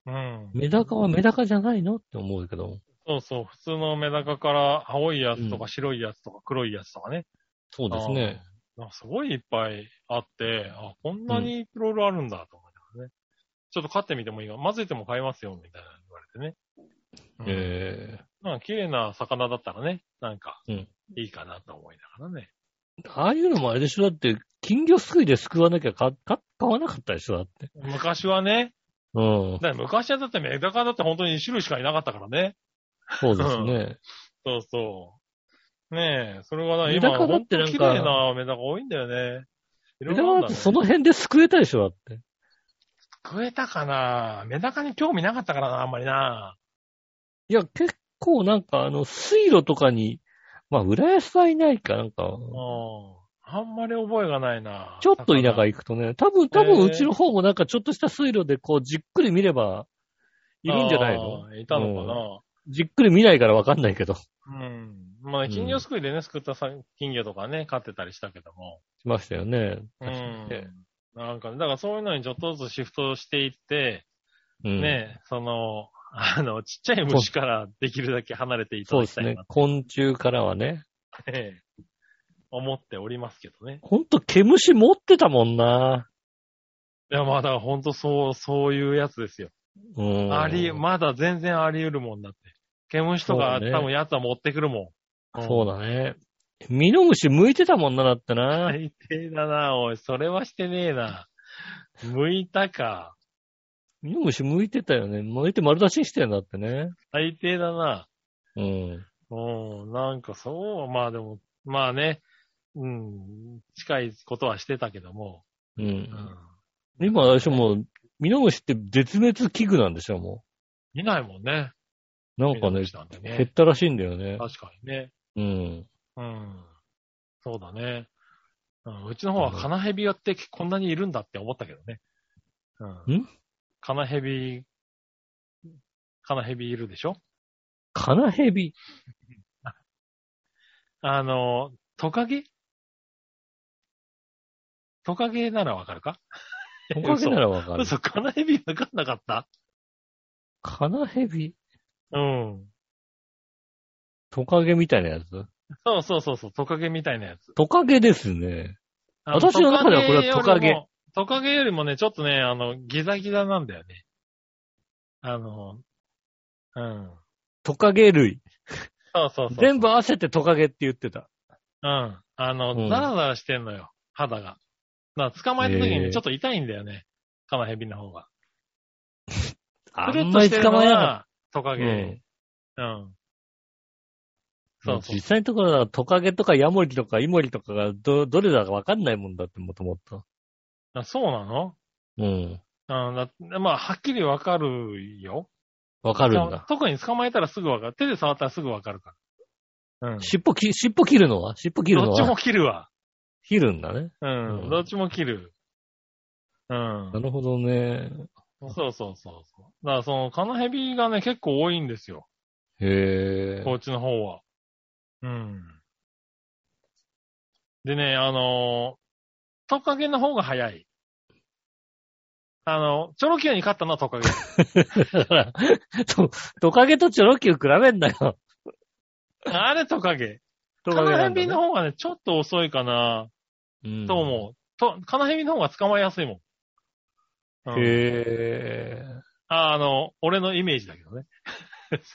Speaker 3: うん。
Speaker 2: メダカはメダカじゃないのって思うけども。
Speaker 3: そうそう。普通のメダカから青いやつと
Speaker 2: う
Speaker 3: か白いやつとか黒いやつとかね。
Speaker 2: そうですね。
Speaker 3: なんかすごいいっぱいあって、あ、こんなにいろいろあるんだと思いながらね。ちょっと飼ってみてもいいか混ぜても買えますよ、みたいなの言われてね。うん
Speaker 2: え
Speaker 3: なんか綺麗な魚だったらね、なんか、
Speaker 2: うん
Speaker 3: いいかなと思いながらね。
Speaker 2: ーああいうのもあれでしょだって、金魚すくいで救わなきゃかか買わなかったでしょだって。
Speaker 3: 昔はね、
Speaker 2: うん。
Speaker 3: だから昔はだってメダカだって本当に1種類しかいなかったからね。
Speaker 2: そうですね。
Speaker 3: そうそう。ねえ、それがな、
Speaker 2: メ
Speaker 3: 今、
Speaker 2: ダカだ
Speaker 3: ほ
Speaker 2: っ
Speaker 3: ん
Speaker 2: て
Speaker 3: と
Speaker 2: なんか
Speaker 3: 綺麗なメダカ多いんだよね。いろ
Speaker 2: メ
Speaker 3: い
Speaker 2: ダ
Speaker 3: ろ
Speaker 2: カ
Speaker 3: ある
Speaker 2: だ
Speaker 3: んだ
Speaker 2: と
Speaker 3: ね
Speaker 2: その辺で救えたでしょだって。
Speaker 3: 食えたかなメダカに興味なかったからな、あんまりな。
Speaker 2: いや、結構なんかあの、水路とかに、まあ、浦安はいないかなんか、
Speaker 3: うん。あんまり覚えがないな。
Speaker 2: ちょっと田舎行くとね、多分、多
Speaker 3: え
Speaker 2: 分
Speaker 3: ー
Speaker 2: うちの方もなんかちょっとした水路でこうじっくり見れば、いるんじゃないの
Speaker 3: あーいたの
Speaker 2: じっくり見ないからわかんないけど、し
Speaker 3: かな。うん。まあね、金魚すくいでね、すくったさ金魚とかね、飼ってたりしたけども。
Speaker 2: ましたよね。
Speaker 3: うん
Speaker 2: ね。
Speaker 3: なんかね、だからそういうのにちょっとずつシフトしていって、
Speaker 2: うん、
Speaker 3: ね、その、あの、ちっちゃい虫からできるだけ離れていた
Speaker 2: そう
Speaker 3: だ
Speaker 2: で
Speaker 3: き
Speaker 2: す
Speaker 3: たい
Speaker 2: ね
Speaker 3: な。
Speaker 2: 昆虫からはね。
Speaker 3: って、思っておりますけどね。
Speaker 2: ほんと毛虫持ってたもんな。
Speaker 3: いや、まあだからほんとそう、そういうやつですよ。
Speaker 2: うん。
Speaker 3: あり、まだ全然あり得るもんだって。毛虫とか、
Speaker 2: そうね
Speaker 3: 多分やつは持ってくるもん。
Speaker 2: そう
Speaker 3: だ。
Speaker 2: だね。ミノムシ向いてたもんなだってな。
Speaker 3: 最低だな、おい。それはしてねえな。向いたか。
Speaker 2: ミノムシ向いてたよね。向いて丸出しにしてんだってね。
Speaker 3: 最低だな。
Speaker 2: うん。
Speaker 3: うん、なんかそう、まあでも、まあね、うん、近いことはしてたけども。
Speaker 2: う。
Speaker 3: うんん。
Speaker 2: 今、あれでしょ、もう、ミノムシって絶滅危惧なんでしょ、も
Speaker 3: いないもんね。
Speaker 2: う。なんか
Speaker 3: 見
Speaker 2: ね
Speaker 3: なく、したんで
Speaker 2: 減っ
Speaker 3: ね。
Speaker 2: たらしいんだよね。
Speaker 3: 確かにね。
Speaker 2: うん。
Speaker 3: うん。そうだね。うん、うちの方はカナヘビやってこんなにいるんだって思ったけどね。うん。
Speaker 2: ん
Speaker 3: カナヘビ、カナヘビいるでしょ
Speaker 2: カナヘビ。
Speaker 3: あの、トカゲトカゲならわかるか
Speaker 2: トカゲならわかる。
Speaker 3: 嘘、カナヘビわかんなかった
Speaker 2: カナヘビ
Speaker 3: うん。
Speaker 2: トカゲみたいなやつ
Speaker 3: そうそうそうそう、トカゲみたいなやつ。
Speaker 2: トカゲですね。
Speaker 3: あの
Speaker 2: 私の中ではこれはトカゲ
Speaker 3: よりも。トカゲよりもね、ちょっとね、あの、ギザギザなんだよね。あの、うん。
Speaker 2: トカゲ類。
Speaker 3: そうそうそう。
Speaker 2: 全部合わせてトカゲって言ってた。
Speaker 3: うん。あの、
Speaker 2: うん
Speaker 3: ザラザラしてんのよ、肌が。だから捕まえた時に
Speaker 2: へ
Speaker 3: ね
Speaker 2: ー
Speaker 3: ちょっと痛いんだよね。カナヘビの方が。
Speaker 2: あ
Speaker 3: くる
Speaker 2: ん
Speaker 3: っと
Speaker 2: まり
Speaker 3: してる
Speaker 2: 捕
Speaker 3: の
Speaker 2: まえなか
Speaker 3: はトカ
Speaker 2: った。
Speaker 3: ゲ。うん。
Speaker 2: う
Speaker 3: そ
Speaker 2: ん
Speaker 3: うそう
Speaker 2: 実。際のところはトカゲとかヤモリとかイモリとかがど、どれだかわかんないもんだってもともと。
Speaker 3: あそうなの
Speaker 2: うん。
Speaker 3: うんだまあ、はっきりわかるよ。
Speaker 2: わかるん
Speaker 3: そう
Speaker 2: だ。
Speaker 3: 特に捕まえたらすぐわかる。手で触ったらすぐわかるから。うん。
Speaker 2: 尻尾き、尻尾切るのは尻尾切るの
Speaker 3: どっちも
Speaker 2: は
Speaker 3: 切るわ。
Speaker 2: 切るんだね。
Speaker 3: うん。
Speaker 2: うん
Speaker 3: どっちも切る。うん
Speaker 2: な。るほどね。
Speaker 3: そうそうそうそう。だからその、カナヘビがね、結構多いんですよ。
Speaker 2: へえ。
Speaker 3: こっちの方は。うん。でね、あのートカゲの方が早い。あの、チョロキアに勝ったのは トカゲ。
Speaker 2: だから、トトカ ゲとチョロキュー比べんなよ。
Speaker 3: あれトカゲ。
Speaker 2: ト
Speaker 3: カ
Speaker 2: カゲ
Speaker 3: ナ
Speaker 2: な
Speaker 3: ヘ
Speaker 2: んだね
Speaker 3: ビの方がね、ちょっと遅いかな、と思う。と、カナヘビの方が捕まえやすいもん。う
Speaker 2: へ
Speaker 3: ん
Speaker 2: え。
Speaker 3: ああの、俺のイメージだけどね。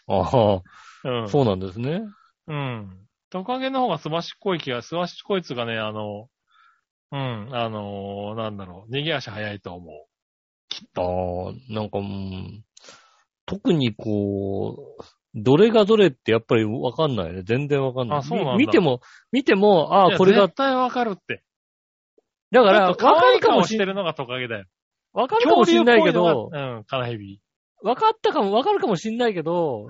Speaker 2: あ
Speaker 3: うん。
Speaker 2: あ、そうなんですね。
Speaker 3: うん。トカゲの方がすばしっこい気が、すばしっこいつがね、あの、うん、あのーなんだろう、逃げ足早いと思う。
Speaker 2: ああ、なんか、うん、特にこう、どれがどれってやっぱりわかんないね。全然わかんない。
Speaker 3: あそうなんだ
Speaker 2: み見ても、見ても、あ
Speaker 3: い
Speaker 2: あ、
Speaker 3: や
Speaker 2: これが
Speaker 3: 絶、対わかるって。
Speaker 2: だから、
Speaker 3: ちょ
Speaker 2: わ
Speaker 3: っと可
Speaker 2: か
Speaker 3: 愛
Speaker 2: る
Speaker 3: い
Speaker 2: か
Speaker 3: 顔
Speaker 2: も
Speaker 3: し
Speaker 2: してれ
Speaker 3: るのがトカゲだよ。
Speaker 2: わかるかもしんないけど、
Speaker 3: うん、カナヘビ。
Speaker 2: わかったかも、わかるかもしんないけど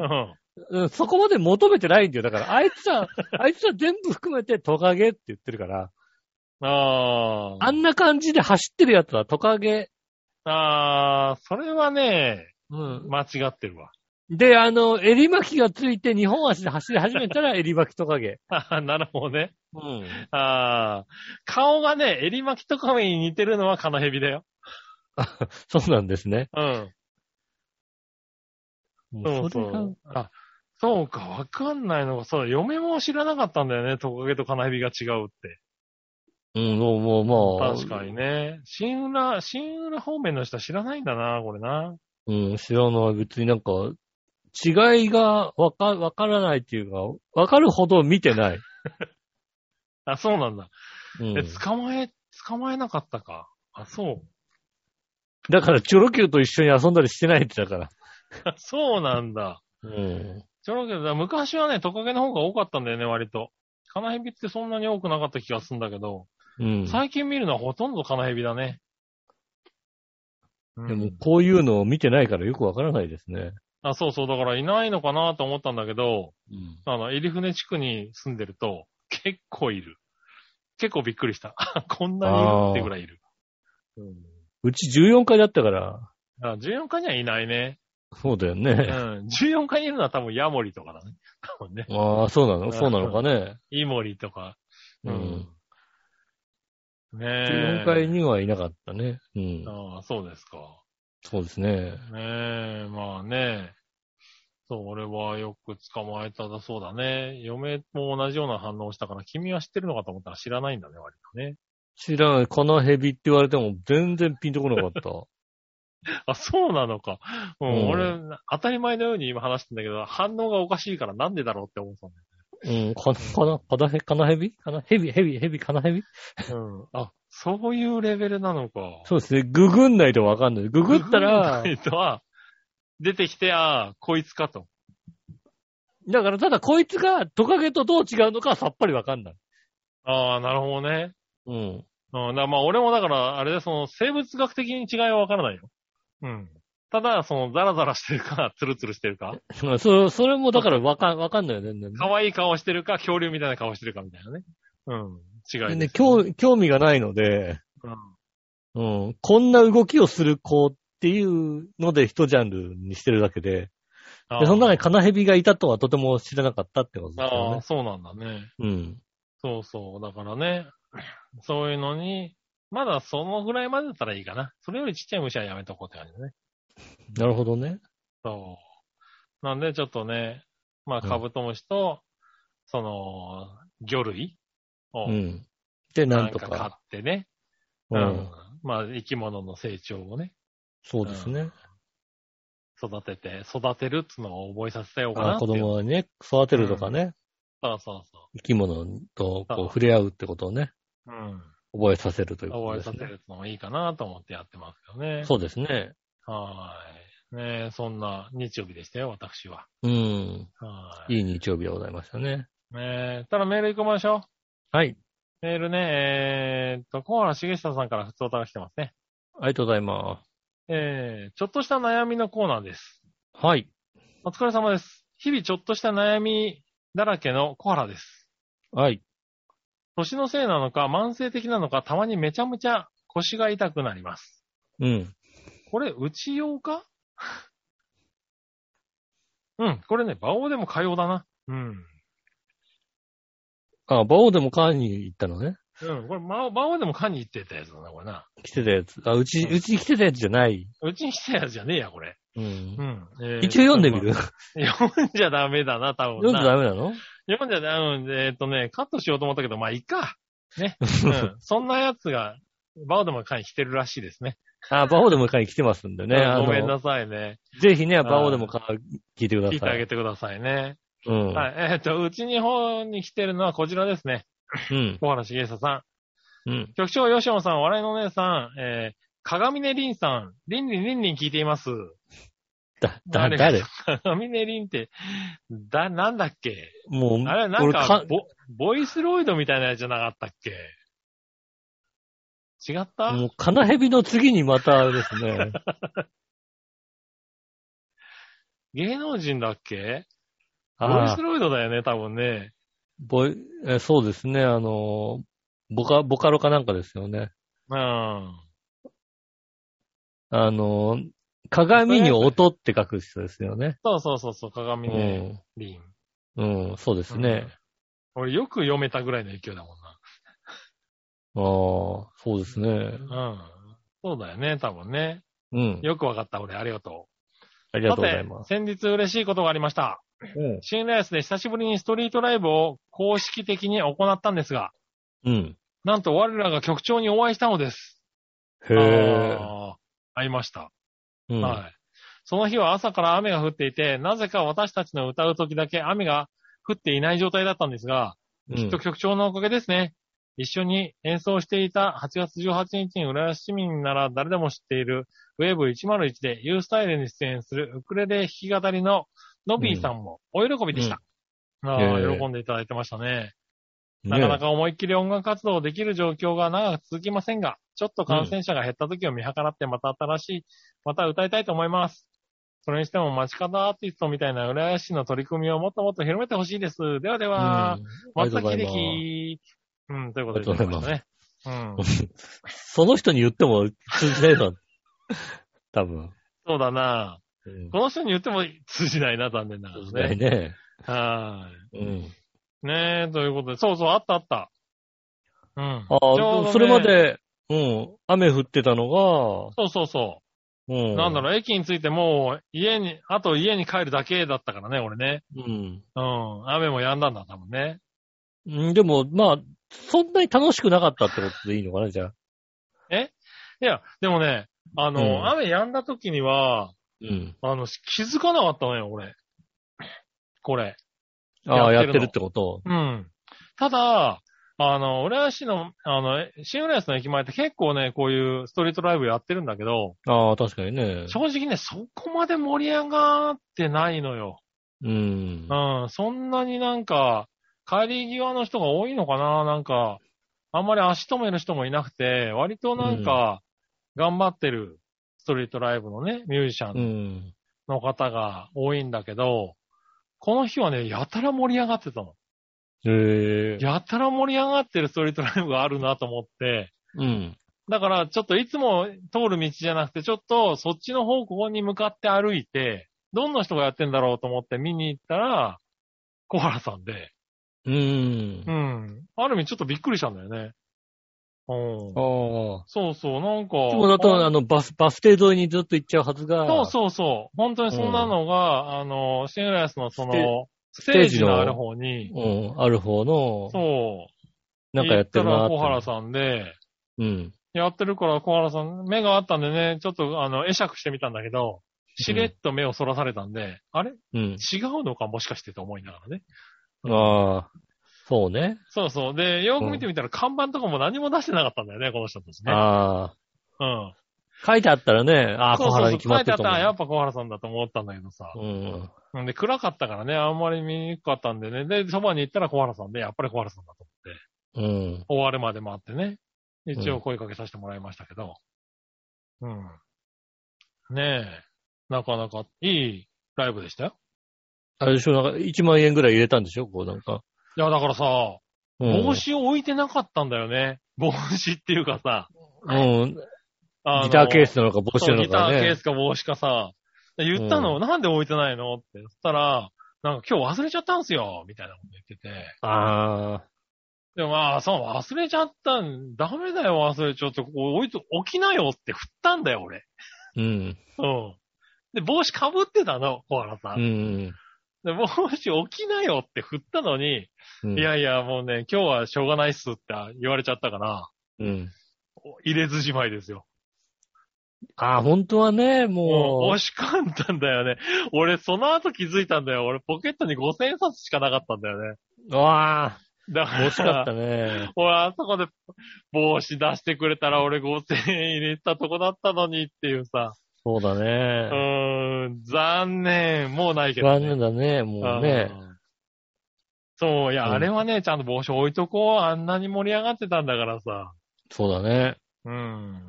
Speaker 3: う、ん。
Speaker 2: うん、そこまで求めてないんだよ。だから、あいつ は、あいつは全部含めてトカゲって言ってるから、
Speaker 3: あー
Speaker 2: あんな感じで走ってるやつはトカゲ。
Speaker 3: あー、それはね、
Speaker 2: うん。
Speaker 3: 間違ってるわ。
Speaker 2: で、あの、襟巻きがついて二本足で走り始めたら襟巻きトカゲ。
Speaker 3: あーなるほどね。
Speaker 2: うん。
Speaker 3: あー顔がね、襟巻きトカゲに似てるのはカナヘビだよ。
Speaker 2: そうなんですね。
Speaker 3: うん。
Speaker 2: も
Speaker 3: そう
Speaker 2: そ
Speaker 3: うそ
Speaker 2: れが
Speaker 3: う。あ、そうか、わかんないのが、そう、嫁も知らなかったんだよね、トカゲとカナヘビが違うって。
Speaker 2: うん、もう、もう、まあ。
Speaker 3: 確かにね。新浦、新浦方面の人は知らないんだな、これな。
Speaker 2: うん、知らない。別になんか、違いがわか、わからないっていうか、わかるほど見てない。
Speaker 3: あ、そうなんだ。
Speaker 2: う
Speaker 3: え、
Speaker 2: ん。
Speaker 3: 捕まえ、捕まえなかったか。あ、そう。
Speaker 2: だから、チョロ Q と一緒に遊んだりしてないってだから。
Speaker 3: あそうなんだ。
Speaker 2: うん。
Speaker 3: ちょろけど、昔はね、トカゲの方が多かったんだよね、割と。カナヘビってそんなに多くなかった気がするんだけど、
Speaker 2: うん。
Speaker 3: 最近見るのはほとんどカナヘビだね。うん
Speaker 2: でも、こういうのを見てないからよくわからないですね。
Speaker 3: あ、そうそう、だからいないのかなと思ったんだけど、
Speaker 2: うん。
Speaker 3: あの、入船地区に住んでると、結構いる。結構びっくりした。 あこんなにいるってぐらいいる。
Speaker 2: うち14階だったから、
Speaker 3: あ14階にはいないね。
Speaker 2: そうだよ
Speaker 3: う
Speaker 2: ね。
Speaker 3: ん。14階にいるのは多分ヤモリとかだね。多分ね。
Speaker 2: ああ、そうなのそうなのかね。
Speaker 3: イモリとか。
Speaker 2: う
Speaker 3: うんん。ねえ。
Speaker 2: 14階にはいなかったね。うん。
Speaker 3: ああ、そうですか。
Speaker 2: そうですね。
Speaker 3: ねえ、まあね。そう、俺はよく捕まえただそうだね。嫁も同じような反応をしたから、君は知ってるのかと思ったら知らないんだね、割とね。
Speaker 2: 知らない。このヘビって言われても全然ピンとこなかった。
Speaker 3: あ、そうなのか。うん、
Speaker 2: うん
Speaker 3: 俺、当たり前のように今話してんだけど、反応がおかしいからなんでだろうって思ったん
Speaker 2: うん、かな、かな、かなへ、かなへびかなへび、へび、へび、かなへび
Speaker 3: だよ。うん。あ、そういうレベルなのか。
Speaker 2: そうですね。ググんないとわかんない。ググったら、
Speaker 3: えっと、あ出てきて、ああ、こいつかと。
Speaker 2: だからただこいつがトカゲとどう違うのかはさっぱりわかんない。
Speaker 3: ああ、なるほどね。
Speaker 2: うん。
Speaker 3: うん、だまあ俺もだから、あれでその生物学的に違いはわからないよ。うん。ただ、そのザラザラしてるか、ツルツルしてるか、
Speaker 2: そ、それもだからわかん、わかんないよ、全然。
Speaker 3: 可愛い顔してるか、恐竜みたいな顔してるかみたいなね。うん。
Speaker 2: で
Speaker 3: 違い
Speaker 2: ね、
Speaker 3: です。
Speaker 2: 興興味がないので、
Speaker 3: うん
Speaker 2: うん、こんな動きをする子っていうので一ジャンルにしてるだけで、
Speaker 3: あ
Speaker 2: で
Speaker 3: ー
Speaker 2: その中にカナヘビがいたとはとても知らなかったってことですよ
Speaker 3: あー、
Speaker 2: ね。
Speaker 3: そうなんだね。
Speaker 2: うん。
Speaker 3: そうそう。だからね、そういうのに、まだそのぐらいまでだったらいいかな。それよりちっちゃい虫はやめとこうって感じだね。
Speaker 2: なるほどね。
Speaker 3: そう。なんで、ちょっとね、まあ、カブトムシと、その、魚類を、
Speaker 2: うん。で、な
Speaker 3: なんん
Speaker 2: と
Speaker 3: か買っ
Speaker 2: か。
Speaker 3: てね、
Speaker 2: う
Speaker 3: うん
Speaker 2: ん。。
Speaker 3: まあ、生き物の成長をね、
Speaker 2: そうですね。
Speaker 3: 育てて、育てるっつうのを覚えさせようか
Speaker 2: あ
Speaker 3: な
Speaker 2: ー
Speaker 3: って
Speaker 2: 子
Speaker 3: いう。
Speaker 2: 供はね、育てるとかね、
Speaker 3: そうそうそ
Speaker 2: 生き物と
Speaker 3: あ
Speaker 2: こう触れ合うってことをね、
Speaker 3: う。うん。
Speaker 2: 覚えさせるということで
Speaker 3: 覚え
Speaker 2: す
Speaker 3: さ
Speaker 2: ね。
Speaker 3: せるのもいいかなと思ってやってますよね。
Speaker 2: そうですね。
Speaker 3: はーい。ねえそんな日曜日でしたよ、私は。
Speaker 2: うん。
Speaker 3: はーい。
Speaker 2: いい日曜日でございましたね。
Speaker 3: ねえただメール行きましょう。
Speaker 2: はい。
Speaker 3: メールね、えーっと、小原茂久さんから普通おが来てますね。
Speaker 2: ありがとうございま
Speaker 3: えー、ちょっとした悩みのコーナーです。
Speaker 2: す。はい。
Speaker 3: お疲れ様です。日々ちょっとした悩みだらけの小原です。
Speaker 2: はい。
Speaker 3: 年のせいなのか、慢性的なのか、たまにめちゃめちゃ腰が痛くなります。
Speaker 2: うん。
Speaker 3: これ、内用か うん、これね、馬王でも火用だな。うん。
Speaker 2: あ、バオでも川に行ったのね。
Speaker 3: うん、これ、馬王馬王でも缶に行ってたやつだな、これな。
Speaker 2: 来てたやつ。あ、うち、
Speaker 3: うん
Speaker 2: うちに来てたやつじゃない。
Speaker 3: うちに来たやつじゃねえや、これ。
Speaker 2: うん
Speaker 3: う。ん。えー
Speaker 2: 一応読んでみる
Speaker 3: 読んじゃダメだな、多分
Speaker 2: 読ん
Speaker 3: な。
Speaker 2: じゃダメなの
Speaker 3: 読んじゃダメ。うん、えーっとね、カットしようと思ったけど、まあ、いいか。 ね。うん。そんなやつが、バオでも缶に来てるらしいですね。
Speaker 2: あ、バオでも川に来てますんでね。あ
Speaker 3: ごめん
Speaker 2: の、
Speaker 3: なさいね。
Speaker 2: ぜひね、バオでも川聞いてくだ
Speaker 3: 聞いて
Speaker 2: さ
Speaker 3: あ
Speaker 2: い。
Speaker 3: げてくださいね。
Speaker 2: うん。
Speaker 3: はい。えーっと、うちに方に来てるのはこちらですね。
Speaker 2: うん。
Speaker 3: 小原茂久さん。
Speaker 2: うん。
Speaker 3: 局長、吉野さん、笑いのお姉さん、えー、鏡根凛さん、凛々凛々聞いています。
Speaker 2: だ、だ、
Speaker 3: あれ
Speaker 2: 誰
Speaker 3: 鏡根凛って、だ、なんだっけ
Speaker 2: もう、
Speaker 3: あれ、なん
Speaker 2: 俺
Speaker 3: かボ、ボイスロイドみたいなやつじゃなかったっけ違った、
Speaker 2: もう、カナヘビの次にまたあれ ですね。
Speaker 3: 芸能人だっけボイ
Speaker 2: あ
Speaker 3: スロイドだよね、多分ね。
Speaker 2: ボイえそうですね、あの、ボカ、ボカロかなんかですよね。
Speaker 3: うん。
Speaker 2: あの、鏡に音って書く人ですよね。
Speaker 3: そうそうそうそう、鏡根凛。
Speaker 2: うん。うん、そうですね。
Speaker 3: 俺よく読めたぐらいの勢いだもん
Speaker 2: ああ、そうですね。
Speaker 3: な。うん。そうだよね、多分ね。
Speaker 2: うん。
Speaker 3: よくわかった、俺、ありがと
Speaker 2: ありが
Speaker 3: さ
Speaker 2: とうござい
Speaker 3: て
Speaker 2: ま、す。
Speaker 3: 先日嬉しいことがありました。
Speaker 2: うん。
Speaker 3: 新レースで久しぶりにストリートライブを公式的に行ったんですが、
Speaker 2: うん。
Speaker 3: なんと我らが局長にお会いしたのです。
Speaker 2: へえ。
Speaker 3: あー会いました。
Speaker 2: うん。
Speaker 3: はい。その日は朝から雨が降っていて、なぜか私たちの歌う時だけ雨が降っていない状態だったんですが、
Speaker 2: うん
Speaker 3: きっと局長のおかげですね。一緒に演奏していた8月18日に浦安市民なら誰でも知っているウェーブ101でユースタイルに出演するウクレレ弾き語りのノビーさんもお喜びでした。ああ
Speaker 2: へえ
Speaker 3: 喜んでいただいてましたね。
Speaker 2: ね
Speaker 3: なかなか思いっきり音楽活動できる状況が長く続きませんが、ちょっと感染者が減った時を見計らってまた新しい、また歌いたいと思います。それにしても街角アーティストみたいな浦安市の取り組みをもっともっと広めてほしいです。ではで
Speaker 2: うん
Speaker 3: は
Speaker 2: あ、りが
Speaker 3: 松
Speaker 2: とうご
Speaker 3: 崎
Speaker 2: ざい
Speaker 3: 秀
Speaker 2: ます。
Speaker 3: 樹。うん、ということでいただきましたね。うん。
Speaker 2: その人に言っても通じない の。多分。
Speaker 3: そうだ
Speaker 2: う
Speaker 3: な。
Speaker 2: ん
Speaker 3: この人に言っても通じないな、残念なが
Speaker 2: 通じ
Speaker 3: ら
Speaker 2: ない
Speaker 3: ね。
Speaker 2: ね。
Speaker 3: は
Speaker 2: うん。
Speaker 3: い。ねえ、ということで。そうそう、あったあった。うん。
Speaker 2: あ
Speaker 3: ちょうど
Speaker 2: あ、
Speaker 3: ね
Speaker 2: それま。で、うん、雨降ってたのが、
Speaker 3: そうそうそう。
Speaker 2: うん。
Speaker 3: なんだろう、駅に着いてもう、家に、あと家に帰るだけだったからね、俺ね。
Speaker 2: う。うん。
Speaker 3: うん。雨も止んだんだ、多分ね。
Speaker 2: うんでも、まあ、そんなに楽しくなかったってことでいいのかな、じゃあ。
Speaker 3: いや、でもね、あの、
Speaker 2: うん
Speaker 3: 雨止んだ時には、
Speaker 2: うん。
Speaker 3: あの、気づかなかったのよ、俺。これ。
Speaker 2: ああ、や
Speaker 3: や
Speaker 2: っ
Speaker 3: っててるの
Speaker 2: るってこと。
Speaker 3: うん。ただ、あの、浦安市の、あの、え新浦安の駅前って結構ね、こういうストリートライブやってるんだけど、
Speaker 2: ああ、確かにね。
Speaker 3: 正直ね、そこまで盛り上がってないのよ。
Speaker 2: うん。
Speaker 3: うん、そんなになんか、帰り際の人が多いのかななんか、あんまり足止める人もいなくて、割となんか、頑張ってるストリートライブのね、ミュージシャ
Speaker 2: う
Speaker 3: ン
Speaker 2: ん。
Speaker 3: の方が多いんだけど、この日はね、やたら盛り上がってたの。
Speaker 2: へえ。
Speaker 3: やたら盛り上がってるストリートライブがあるなと思って、
Speaker 2: うん。
Speaker 3: だからちょっといつも通る道じゃなくて、ちょっとそっちの方向に向かって歩いて、どんな人がやってんだろうと思って見に行ったら、小原さんで、
Speaker 2: うん
Speaker 3: う。ん。ある意味ちょっとびっくりしたんだよね。うん
Speaker 2: あ。あ。
Speaker 3: そうそう、なんか。
Speaker 2: でもだと、あの、バス、バス停沿いにずっと行っちゃうはずが、
Speaker 3: そうそうそう。本当にそんなのが、あの、シングラスのその、ス
Speaker 2: テ
Speaker 3: テ
Speaker 2: ー
Speaker 3: ー
Speaker 2: ジ
Speaker 3: ジ
Speaker 2: の
Speaker 3: のある方に、
Speaker 2: うん、ある方の、
Speaker 3: そう。
Speaker 2: なんかやってるなーった
Speaker 3: 行ら
Speaker 2: て
Speaker 3: 小原さんで、
Speaker 2: うん。
Speaker 3: やってるから小原さん、目があったんでね、ちょっとあの、会釈してみたんだけど、しれっと目をそらされたんで、あれ
Speaker 2: うん。
Speaker 3: 違うのかもしかしてと思いながらね。
Speaker 2: ああ。そうね。
Speaker 3: そうそう。で、よく見てみたら看板とかも何も出してなかったんだよね、この人たちね。
Speaker 2: あ
Speaker 3: うん。
Speaker 2: あ。書いてあったらね、ああ、
Speaker 3: そう
Speaker 2: 小
Speaker 3: そう
Speaker 2: 原
Speaker 3: そう
Speaker 2: に決まってると
Speaker 3: 書いてあったや
Speaker 2: 思
Speaker 3: っぱ小原さんだと思ったんだけどさ。
Speaker 2: う。うん。
Speaker 3: うん、で、暗かったからね、あんまり見にくかったんでね。で、そばに行ったら小原さんで、やっぱり小原さんだと思って。
Speaker 2: うん。
Speaker 3: 終わるまで待ってね。一
Speaker 2: うん
Speaker 3: 応声かけさせてもらいましたけど。うん。ねえ。なかなかいいライブでしたよ。
Speaker 2: あれでしょ、なんか1万円ぐらい入れたんでしょこうなんか。
Speaker 3: いや、だからさ、
Speaker 2: うん
Speaker 3: 帽子を置いてなかったんだよね。帽子っていうかさ。
Speaker 2: うん。
Speaker 3: あの
Speaker 2: ギターケースなのか帽子
Speaker 3: そう
Speaker 2: なの
Speaker 3: ギタ
Speaker 2: か
Speaker 3: ーケー
Speaker 2: ね。
Speaker 3: スか帽子かさ。で言ったの、
Speaker 2: う
Speaker 3: なんで置いてないのって。そしたら、なんか今日忘れちゃったんすよみたいなこと言ってて。
Speaker 2: ああ。
Speaker 3: でもまあ、そう、忘れちゃったん、ダメだよ、忘れちゃって、ここ置いと、置きなよって振ったんだよ、俺。
Speaker 2: うん。
Speaker 3: うん。で、帽子かぶってたの、小原さ。
Speaker 2: うんん。
Speaker 3: で、帽子置きなよって振ったのに、
Speaker 2: うん
Speaker 3: い、やいや、もうね、今日はしょうがないっすって言われちゃったから、
Speaker 2: うん。
Speaker 3: お入れずじまいですよ。
Speaker 2: ああ、本当はね、
Speaker 3: もう、
Speaker 2: も
Speaker 3: 惜しかったんだよね。俺、その後気づいたんだよ。俺、ポケットに5000円札しかなかったんだよね。
Speaker 2: う、あ
Speaker 3: だ
Speaker 2: あ、
Speaker 3: から、
Speaker 2: 惜しかった ね。
Speaker 3: 俺、あそこで帽子出してくれたら俺5000円入れたとこだったのにっていうさ。
Speaker 2: そうだ
Speaker 3: う
Speaker 2: ね。
Speaker 3: ーん、残念。もうないけど、ね。
Speaker 2: 残念だね、もうね。
Speaker 3: うんそう、い
Speaker 2: う
Speaker 3: や、
Speaker 2: ん
Speaker 3: あれはね、ちゃんと帽子置いとこう。あんなに盛り上がってたんだからさ。
Speaker 2: そうだね。
Speaker 3: うん。っ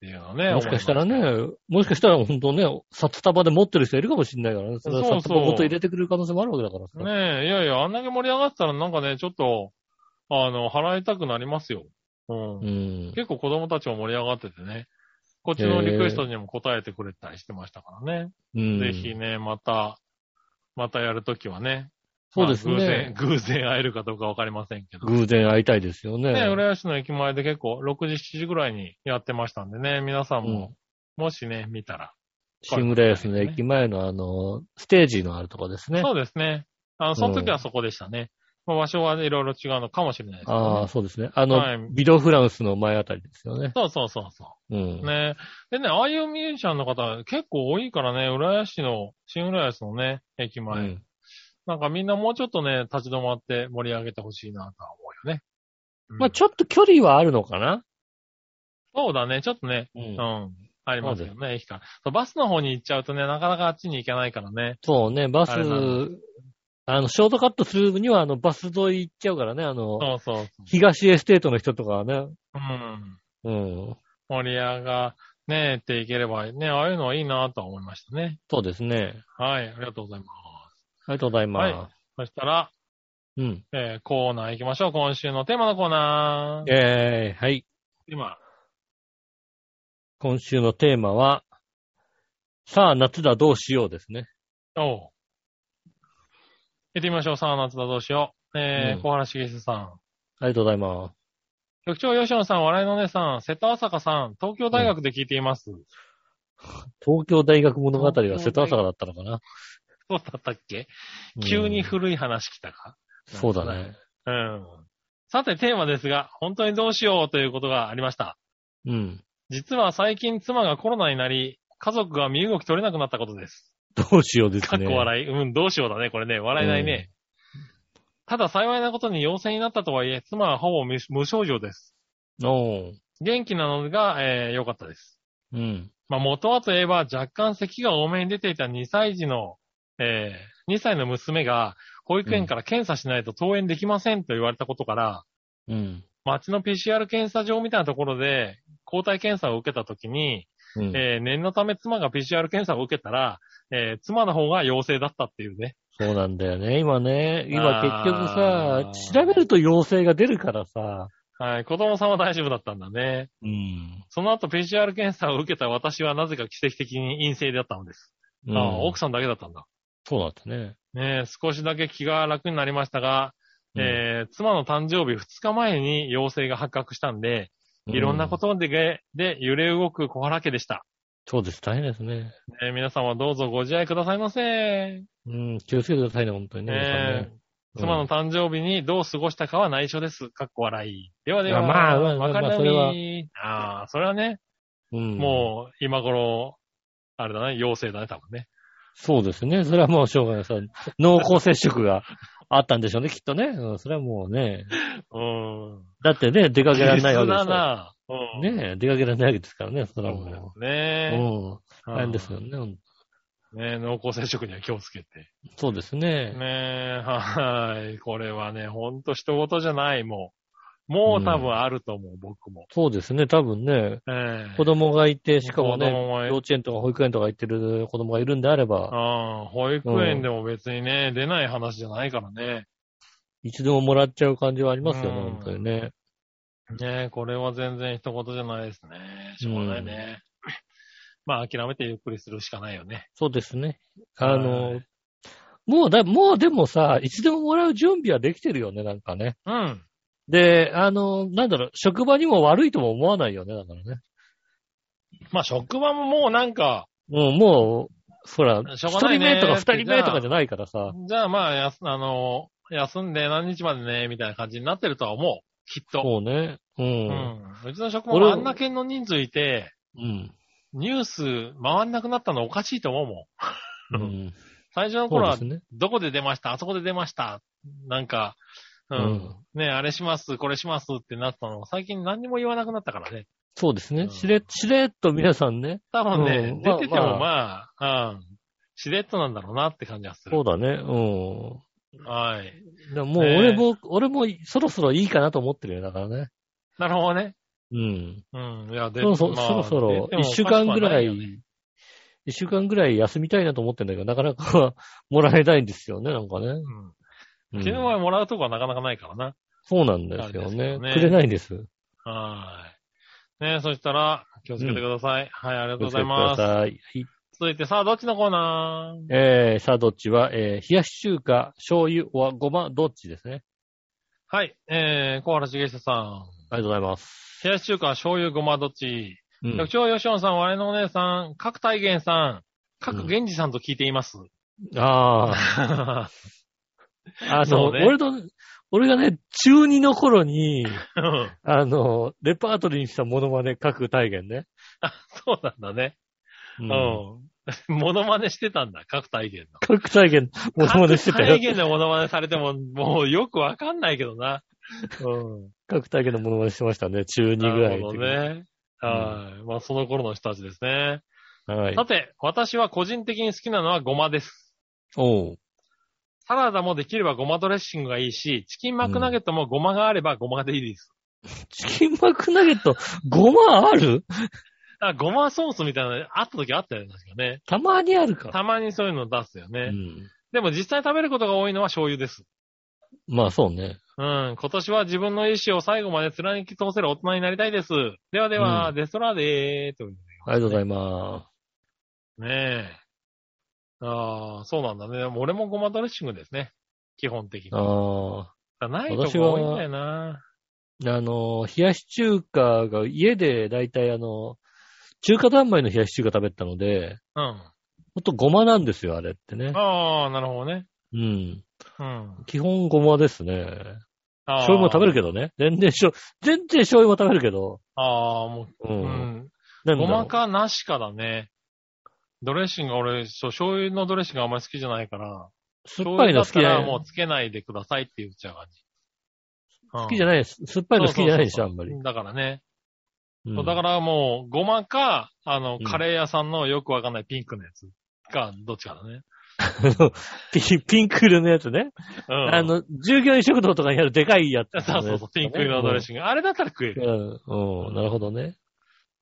Speaker 3: ていうのね。
Speaker 2: もしかしたら
Speaker 3: 思いま
Speaker 2: ね、もしかしたら本当ね、札束で持ってる人いるかもしれないからね。それは
Speaker 3: そうそう
Speaker 2: 札束ごと入れてくれる可能性もあるわけだからさ。
Speaker 3: した。ねえ、いやいや、あんだけ盛り上がってたらなんかね、ちょっと、あの、払いたくなりますよ。うん。
Speaker 2: うん。
Speaker 3: 結構子供たちも盛り上がっててね。こっちのリクエストにも答えてくれたりしてましたからね。
Speaker 2: うん。
Speaker 3: ぜひね、また、またやるときはね。
Speaker 2: そうです
Speaker 3: まあ
Speaker 2: ね。
Speaker 3: 偶然、偶然会えるかどうかわかりませんけど。ね、
Speaker 2: 偶然会いたいですよね。
Speaker 3: 浦安市の駅前で結構6時、7時ぐらいにやってましたんでね、皆さんも、もしね、見たら、
Speaker 2: シングレースの駅前のあの、ステージのあるとこですね。
Speaker 3: そうですね。あの、その時はそこでしたね。まあ、場所はいろいろ違うのかもしれないですけどね、
Speaker 2: ああ、そうですね。あの、
Speaker 3: はい
Speaker 2: ビドフランスの前あたりですよね。
Speaker 3: そうそうそうそうう。
Speaker 2: ん。
Speaker 3: ねでね、ああいうミュージシャンの方結構多いからね、浦安市の、新浦安のね、駅
Speaker 2: う
Speaker 3: 前。
Speaker 2: ん。
Speaker 3: なんかみんなもうちょっとね、立ち止まって盛り上げてほしいなとは思うよね。うん
Speaker 2: まあ、ちょっと距離はあるのかな
Speaker 3: そうだね、ちょっとね、
Speaker 2: う
Speaker 3: うんん。ありますよね、駅からそう。バスの方に行っちゃうとね、なかなかあっちに行けないからね。
Speaker 2: そうね、バス、
Speaker 3: あれなん
Speaker 2: あの、ショートカットするには、あの、バス沿い行っちゃうからね、あの、
Speaker 3: そうそうそう。
Speaker 2: 東エステートの人とかはね、
Speaker 3: うん。
Speaker 2: うん。
Speaker 3: 盛り上が、ねっていければね、ああいうのはいいなとは思いましたね。
Speaker 2: そうですね。
Speaker 3: はい、ありがとうございます。
Speaker 2: ありがとうございます。
Speaker 3: はそしたら、
Speaker 2: うん。
Speaker 3: えーコーナー行きましょう。今週のテーマのコーナー。
Speaker 2: えー、はい。
Speaker 3: 今、
Speaker 2: 今週のテーマは、さあ夏だどうしようですね。
Speaker 3: おう。行ってみましょう。さあ、夏だどうしよう。えー
Speaker 2: うん
Speaker 3: 小原茂久さん。
Speaker 2: ありがとうございます。
Speaker 3: 局長吉野さん、笑いの姉さん、瀬戸朝香さん、東京大学で聞いています。
Speaker 2: 東京大学物語は瀬戸
Speaker 3: 東京大
Speaker 2: 朝香だったのかな、
Speaker 3: そうだったっけ、急に
Speaker 2: ふ
Speaker 3: 古い話来たか
Speaker 2: そうだね。
Speaker 3: うん。さて、テーマですが、本当にどうしようということがありました。
Speaker 2: うん。
Speaker 3: 実は最近妻がコロナになり、家族が身動き取れなくなったことです。
Speaker 2: どうしようです
Speaker 3: かっ
Speaker 2: ね。
Speaker 3: こ笑い。うん、どうしようだね、これね。笑えないね。ただ幸いなことに陽性になったとはいえ、妻はほぼ無無症状です。
Speaker 2: おう
Speaker 3: 元気なのが、えー、良かったです。
Speaker 2: うん。
Speaker 3: まあ、元はといえば若干咳が多めに出ていた2歳児の、えー、2歳の娘が保育園から検査しないと登園できませんと言われたことから、
Speaker 2: うん。
Speaker 3: 町の PCR 検査場みたいなところで抗体検査を受けたときに、
Speaker 2: うん。
Speaker 3: えー念のため妻が PCR 検査を受けたら、えー妻の方が陽性だったっていうね。
Speaker 2: そうなんだよね。今ね、今
Speaker 3: あー
Speaker 2: 結局さ、調べると陽性が出るからさ。
Speaker 3: はい、子供さんは大丈夫だったんだね。
Speaker 2: うん。
Speaker 3: その後 PCR 検査を受けた私はなぜか奇跡的に陰性だったのです。ああ奥
Speaker 2: さ
Speaker 3: さんだけだったんだ。
Speaker 2: ん。そうだったね。
Speaker 3: ねえ、少しだけ気が楽になりましたが、
Speaker 2: うん
Speaker 3: えー妻の誕生日2日前に陽性が発覚したんで、いろんなこ
Speaker 2: うん。
Speaker 3: とで、で揺れ動く小原家でした、
Speaker 2: そうです。大変ですね。
Speaker 3: えー皆さんはどうぞご自愛くださいませ。
Speaker 2: うん。気をつけてくださいね、本当にね。皆さん
Speaker 3: ね
Speaker 2: ね
Speaker 3: え妻の誕生日にどう過ごしたかは内緒です。かっこ笑い。ではでは、
Speaker 2: いやまあまあまあ
Speaker 3: わかり
Speaker 2: それは
Speaker 3: ああ、それはね、
Speaker 2: うん。
Speaker 3: もう今頃、あれだね、陽性だね、多分ね。
Speaker 2: そうですね。それはもうしょうがない。さ濃厚接触があったんでしょうね、きっとね。うん、それはもうね。
Speaker 3: うん。
Speaker 2: だってね、出かけられないわけです
Speaker 3: だ
Speaker 2: か
Speaker 3: な。うん。
Speaker 2: ら。ねえ出かけられないわけですからね、それは
Speaker 3: そうで
Speaker 2: も
Speaker 3: す
Speaker 2: う。
Speaker 3: ね。
Speaker 2: うん。なんですよね。うん
Speaker 3: ね濃厚接触には気をつけて。
Speaker 2: そうですね。
Speaker 3: ねえ、はーい。これはね、ほんと人事じゃない、もう。もう多分あると思う、僕も。
Speaker 2: そうですね。多分ね、
Speaker 3: ええ
Speaker 2: 子供がいて、しかも
Speaker 3: 子供
Speaker 2: ね、
Speaker 3: も
Speaker 2: 幼稚園とか保育園とか行ってる子供がいるんであれば、
Speaker 3: ああ、保育園でも別にね、出ない話じゃないからね。
Speaker 2: いつでももらっちゃう感じはありますよね、
Speaker 3: うん
Speaker 2: 本当にね。
Speaker 3: ねえ、これは全然一言じゃないですね。しょうがないね。まあ、諦めてゆっくりするしかないよね。
Speaker 2: そうですね。あ
Speaker 3: は
Speaker 2: の、もうだ、もうでもさ、いつでももらう準備はできてるよね、なんかね。
Speaker 3: うん。
Speaker 2: で、あの、なんだろう、職場にも悪いとも思わないよね、だからね。
Speaker 3: まあ、職場ももうなんか、
Speaker 2: うん、もう、そら、
Speaker 3: し
Speaker 2: 一
Speaker 3: ょうがな
Speaker 2: 人
Speaker 3: いね
Speaker 2: 目とか二人目とかじゃないからさ。
Speaker 3: じゃあまあ、やす、あの、休んで何日までね、みたいな感じになってるとは思う。きっと。
Speaker 2: そうね。う。
Speaker 3: うんん。うちの職場も
Speaker 2: 俺
Speaker 3: あんな県の人数いて、
Speaker 2: うん。
Speaker 3: ニュース回んなくなったのおかしいと思うもん。
Speaker 2: う
Speaker 3: うん
Speaker 2: ん。
Speaker 3: 最初の
Speaker 2: そう
Speaker 3: 頃
Speaker 2: で
Speaker 3: は
Speaker 2: す、ね。
Speaker 3: どこで出ましたあそこで出ましたなんか、う。
Speaker 2: うんん。
Speaker 3: ねあれします、これしますってなったの、最近何にも言わなくなったからね。
Speaker 2: そうです
Speaker 3: う
Speaker 2: ね
Speaker 3: ん。
Speaker 2: しれ、しれっと皆さんね。
Speaker 3: 多分ね、
Speaker 2: うん
Speaker 3: 出てて
Speaker 2: まあ
Speaker 3: もまあ、うん。しれっとなんだろうなって感じがす
Speaker 2: そ
Speaker 3: る
Speaker 2: う。だね。う
Speaker 3: はい。
Speaker 2: ん。でももう
Speaker 3: ねえ
Speaker 2: 俺も、俺もそろそろいいかなと思ってるよ、だからね。
Speaker 3: なるほどね。
Speaker 2: うん。
Speaker 3: うん。いや、で
Speaker 2: そろそ
Speaker 3: まあ
Speaker 2: そろそろ
Speaker 3: 出ても
Speaker 2: 一週間ぐらい
Speaker 3: おかしくはなよね
Speaker 2: 一週間ぐらい休みたいなと思ってんだけど、なかなか もらえないんですよね、なんかね。
Speaker 3: うん
Speaker 2: うん
Speaker 3: 昨日はもらうとこはなかなかないからな。
Speaker 2: そうなんですよ
Speaker 3: あれです
Speaker 2: ね。
Speaker 3: よね
Speaker 2: くれないんです。
Speaker 3: はい。ねそしたら、気をつけてください。はい、ありがとうござい
Speaker 2: ご
Speaker 3: ま
Speaker 2: 注意
Speaker 3: す。
Speaker 2: ください。はい
Speaker 3: 続いて、さあ、どっちのコーナー
Speaker 2: えー、さあ、どっちは、えー、冷やし中華、醤油、おわごま、どっちですね。
Speaker 3: はい、えー、小原茂久さん。
Speaker 2: ありがとうございます。
Speaker 3: 冷やし中華、醤油、ごまどっち
Speaker 2: うん
Speaker 3: 局長、吉野さん、我のお姉さん、各体元さん、各源氏さんと聞いています。
Speaker 2: ああ、あ
Speaker 3: そ
Speaker 2: の、
Speaker 3: うね
Speaker 2: 俺と、俺がね、中2の頃 に、
Speaker 3: うん
Speaker 2: あの、レパートリーにしたモノマネ各体験ね。
Speaker 3: そうなんだね。
Speaker 2: う
Speaker 3: うん。モノマネしてたん だ、各体言の。
Speaker 2: 各体験、モノマネしてた
Speaker 3: 各
Speaker 2: よ
Speaker 3: 体。言のモノマネされても、もうよくわかんないけどな。うん。
Speaker 2: 各体験のモノマネしてましたね、中2ぐらい
Speaker 3: なる
Speaker 2: の
Speaker 3: ほ
Speaker 2: 時
Speaker 3: ど
Speaker 2: に。
Speaker 3: ね。はい。まあ、その頃の人たちですね。
Speaker 2: はい
Speaker 3: さ。て、私は個人的に好きなのはごまです。
Speaker 2: おう。
Speaker 3: サラダもできればごまドレッシングがいいし、チキンマックナゲットもごまがあればごまでいいです。
Speaker 2: チキンマックナゲット、ごまある
Speaker 3: あ、ごまソースみたいなのあった時あったよね、確かね。
Speaker 2: たまにあるか。
Speaker 3: たまにそういうの出すよね。
Speaker 2: うん。
Speaker 3: でも実際食べることが多いのは醤油です。
Speaker 2: まあそうね。
Speaker 3: うん。今年は自分の意思を最後まで貫き通せる大人になりたいです。ではでは、
Speaker 2: う
Speaker 3: デストラーでーという
Speaker 2: ありがとうございま
Speaker 3: ねえ。ああ、そうなんだね。でも俺もごまドレッシングですね。基本的に。
Speaker 2: す。あ
Speaker 3: ないとこが多いんだよな。
Speaker 2: あ。あの、冷やし中華が家でだいたいあの、中華三昧の冷やし中華食べてたので、
Speaker 3: うん。
Speaker 2: ほんとごまなんですよ、あれってね。
Speaker 3: ああ、なるほどね。
Speaker 2: うん。
Speaker 3: うん。
Speaker 2: 基本ごまですね。
Speaker 3: ああ
Speaker 2: 醤油も食べるけどね。全然醤、全然醤油も食べるけど。
Speaker 3: ああ、も
Speaker 2: う。
Speaker 3: う、うんん。
Speaker 2: なんだろ
Speaker 3: ご
Speaker 2: う
Speaker 3: ま。かなしかだね。ドレッシングが俺、そう、醤油のドレッシングがあんまり好きじゃないから、
Speaker 2: 酸っぱいの好きじゃ
Speaker 3: 醤油だった
Speaker 2: な
Speaker 3: らも。
Speaker 2: いう
Speaker 3: つけないでくださいって言っちゃう感じ。好
Speaker 2: 好きじゃないです。酸っぱいの好きじゃないでしょ、あ
Speaker 3: そ
Speaker 2: ん
Speaker 3: う
Speaker 2: ま
Speaker 3: そう
Speaker 2: り
Speaker 3: そう。だからね。
Speaker 2: うん
Speaker 3: そうだからもう、ごまか、あの
Speaker 2: ん、
Speaker 3: カレー屋さんのよくわかんないピンクのやつか、どっちかだね。
Speaker 2: ピピンク色のやつね。
Speaker 3: うん。
Speaker 2: あ、の、従業員食堂とかにあるでかいやつ、
Speaker 3: そう そうそう、ピンク色のドレッシング。あれだったら食える。
Speaker 2: うん、うん、なるほどね。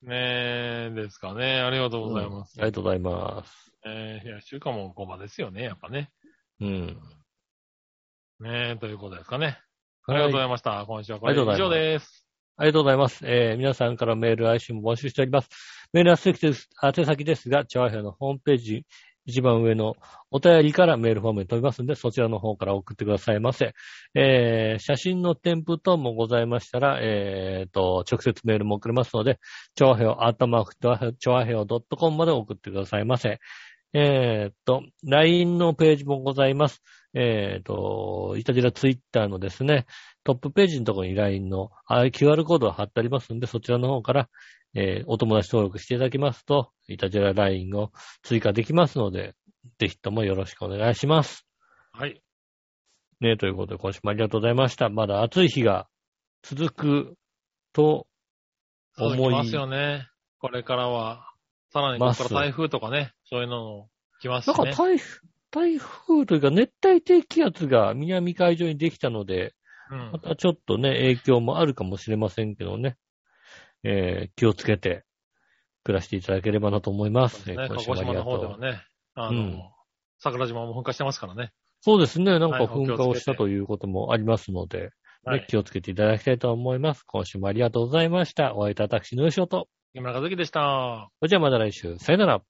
Speaker 3: ねえ、ですかね。ありがとうございます。
Speaker 2: うんありがとうございます。
Speaker 3: えー、冷やし中華もごまですよね、やっぱね。
Speaker 2: うん。
Speaker 3: ねえ、ということですかね。ありがとうございました。今週はこ
Speaker 2: あ
Speaker 3: れ
Speaker 2: り
Speaker 3: で
Speaker 2: がとうご
Speaker 3: 以
Speaker 2: ざい
Speaker 3: 上
Speaker 2: ます
Speaker 3: です。
Speaker 2: ありがとうございます。えー皆さんからメール、来週も募集しております。メールは先です宛先ですが、チャワヘアのホームページ、一番上のお便りからメールフォームに飛びますので、そちらの方から送ってくださいませ。えー写真の添付等もございましたら、えーと、直接メールも送れますので、チャワヘア、アートマーク、チャワヘア .com まで送ってくださいませ。えーと、LINE のページもございます。えーと、いたじらツイッターのですね、トップページのところに LINE のあ QR コードが貼ってありますので、そちらの方から、えーお友達登録していただきますと、いたじら LINE を追加できますので、ぜひともよろしくお願いします。
Speaker 3: はい。
Speaker 2: ね、ということで、今週もありがとうございました。まだ暑い日が続くと
Speaker 3: 続
Speaker 2: 思
Speaker 3: き
Speaker 2: い
Speaker 3: ますよね。これからは、さらにここから台風とかね、そういうのも来ます
Speaker 2: なん
Speaker 3: し
Speaker 2: か
Speaker 3: ね。
Speaker 2: 台風、台風というか熱帯低気圧が南海上にできたので、
Speaker 3: うん
Speaker 2: ま。たちょっとね、影響もあるかもしれませんけどね、えー気をつけて暮らしていただければなと思います。
Speaker 3: ね、
Speaker 2: えー
Speaker 3: 鹿
Speaker 2: 今週
Speaker 3: 児
Speaker 2: もあ
Speaker 3: 島
Speaker 2: りが
Speaker 3: の
Speaker 2: と
Speaker 3: 方
Speaker 2: う
Speaker 3: ではね、あの、
Speaker 2: うん
Speaker 3: 桜島も噴火してますからね。
Speaker 2: そうですね、なん
Speaker 3: はい
Speaker 2: か
Speaker 3: お気を
Speaker 2: 噴
Speaker 3: つけて
Speaker 2: 火をしたということもありますので、
Speaker 3: は
Speaker 2: ね
Speaker 3: い。
Speaker 2: 気をつけていただきたいと思います。今週もありがとうございました。お会いいた私のよしおと。
Speaker 3: 木村和樹でした。
Speaker 2: それじゃあまた来週、さよなら。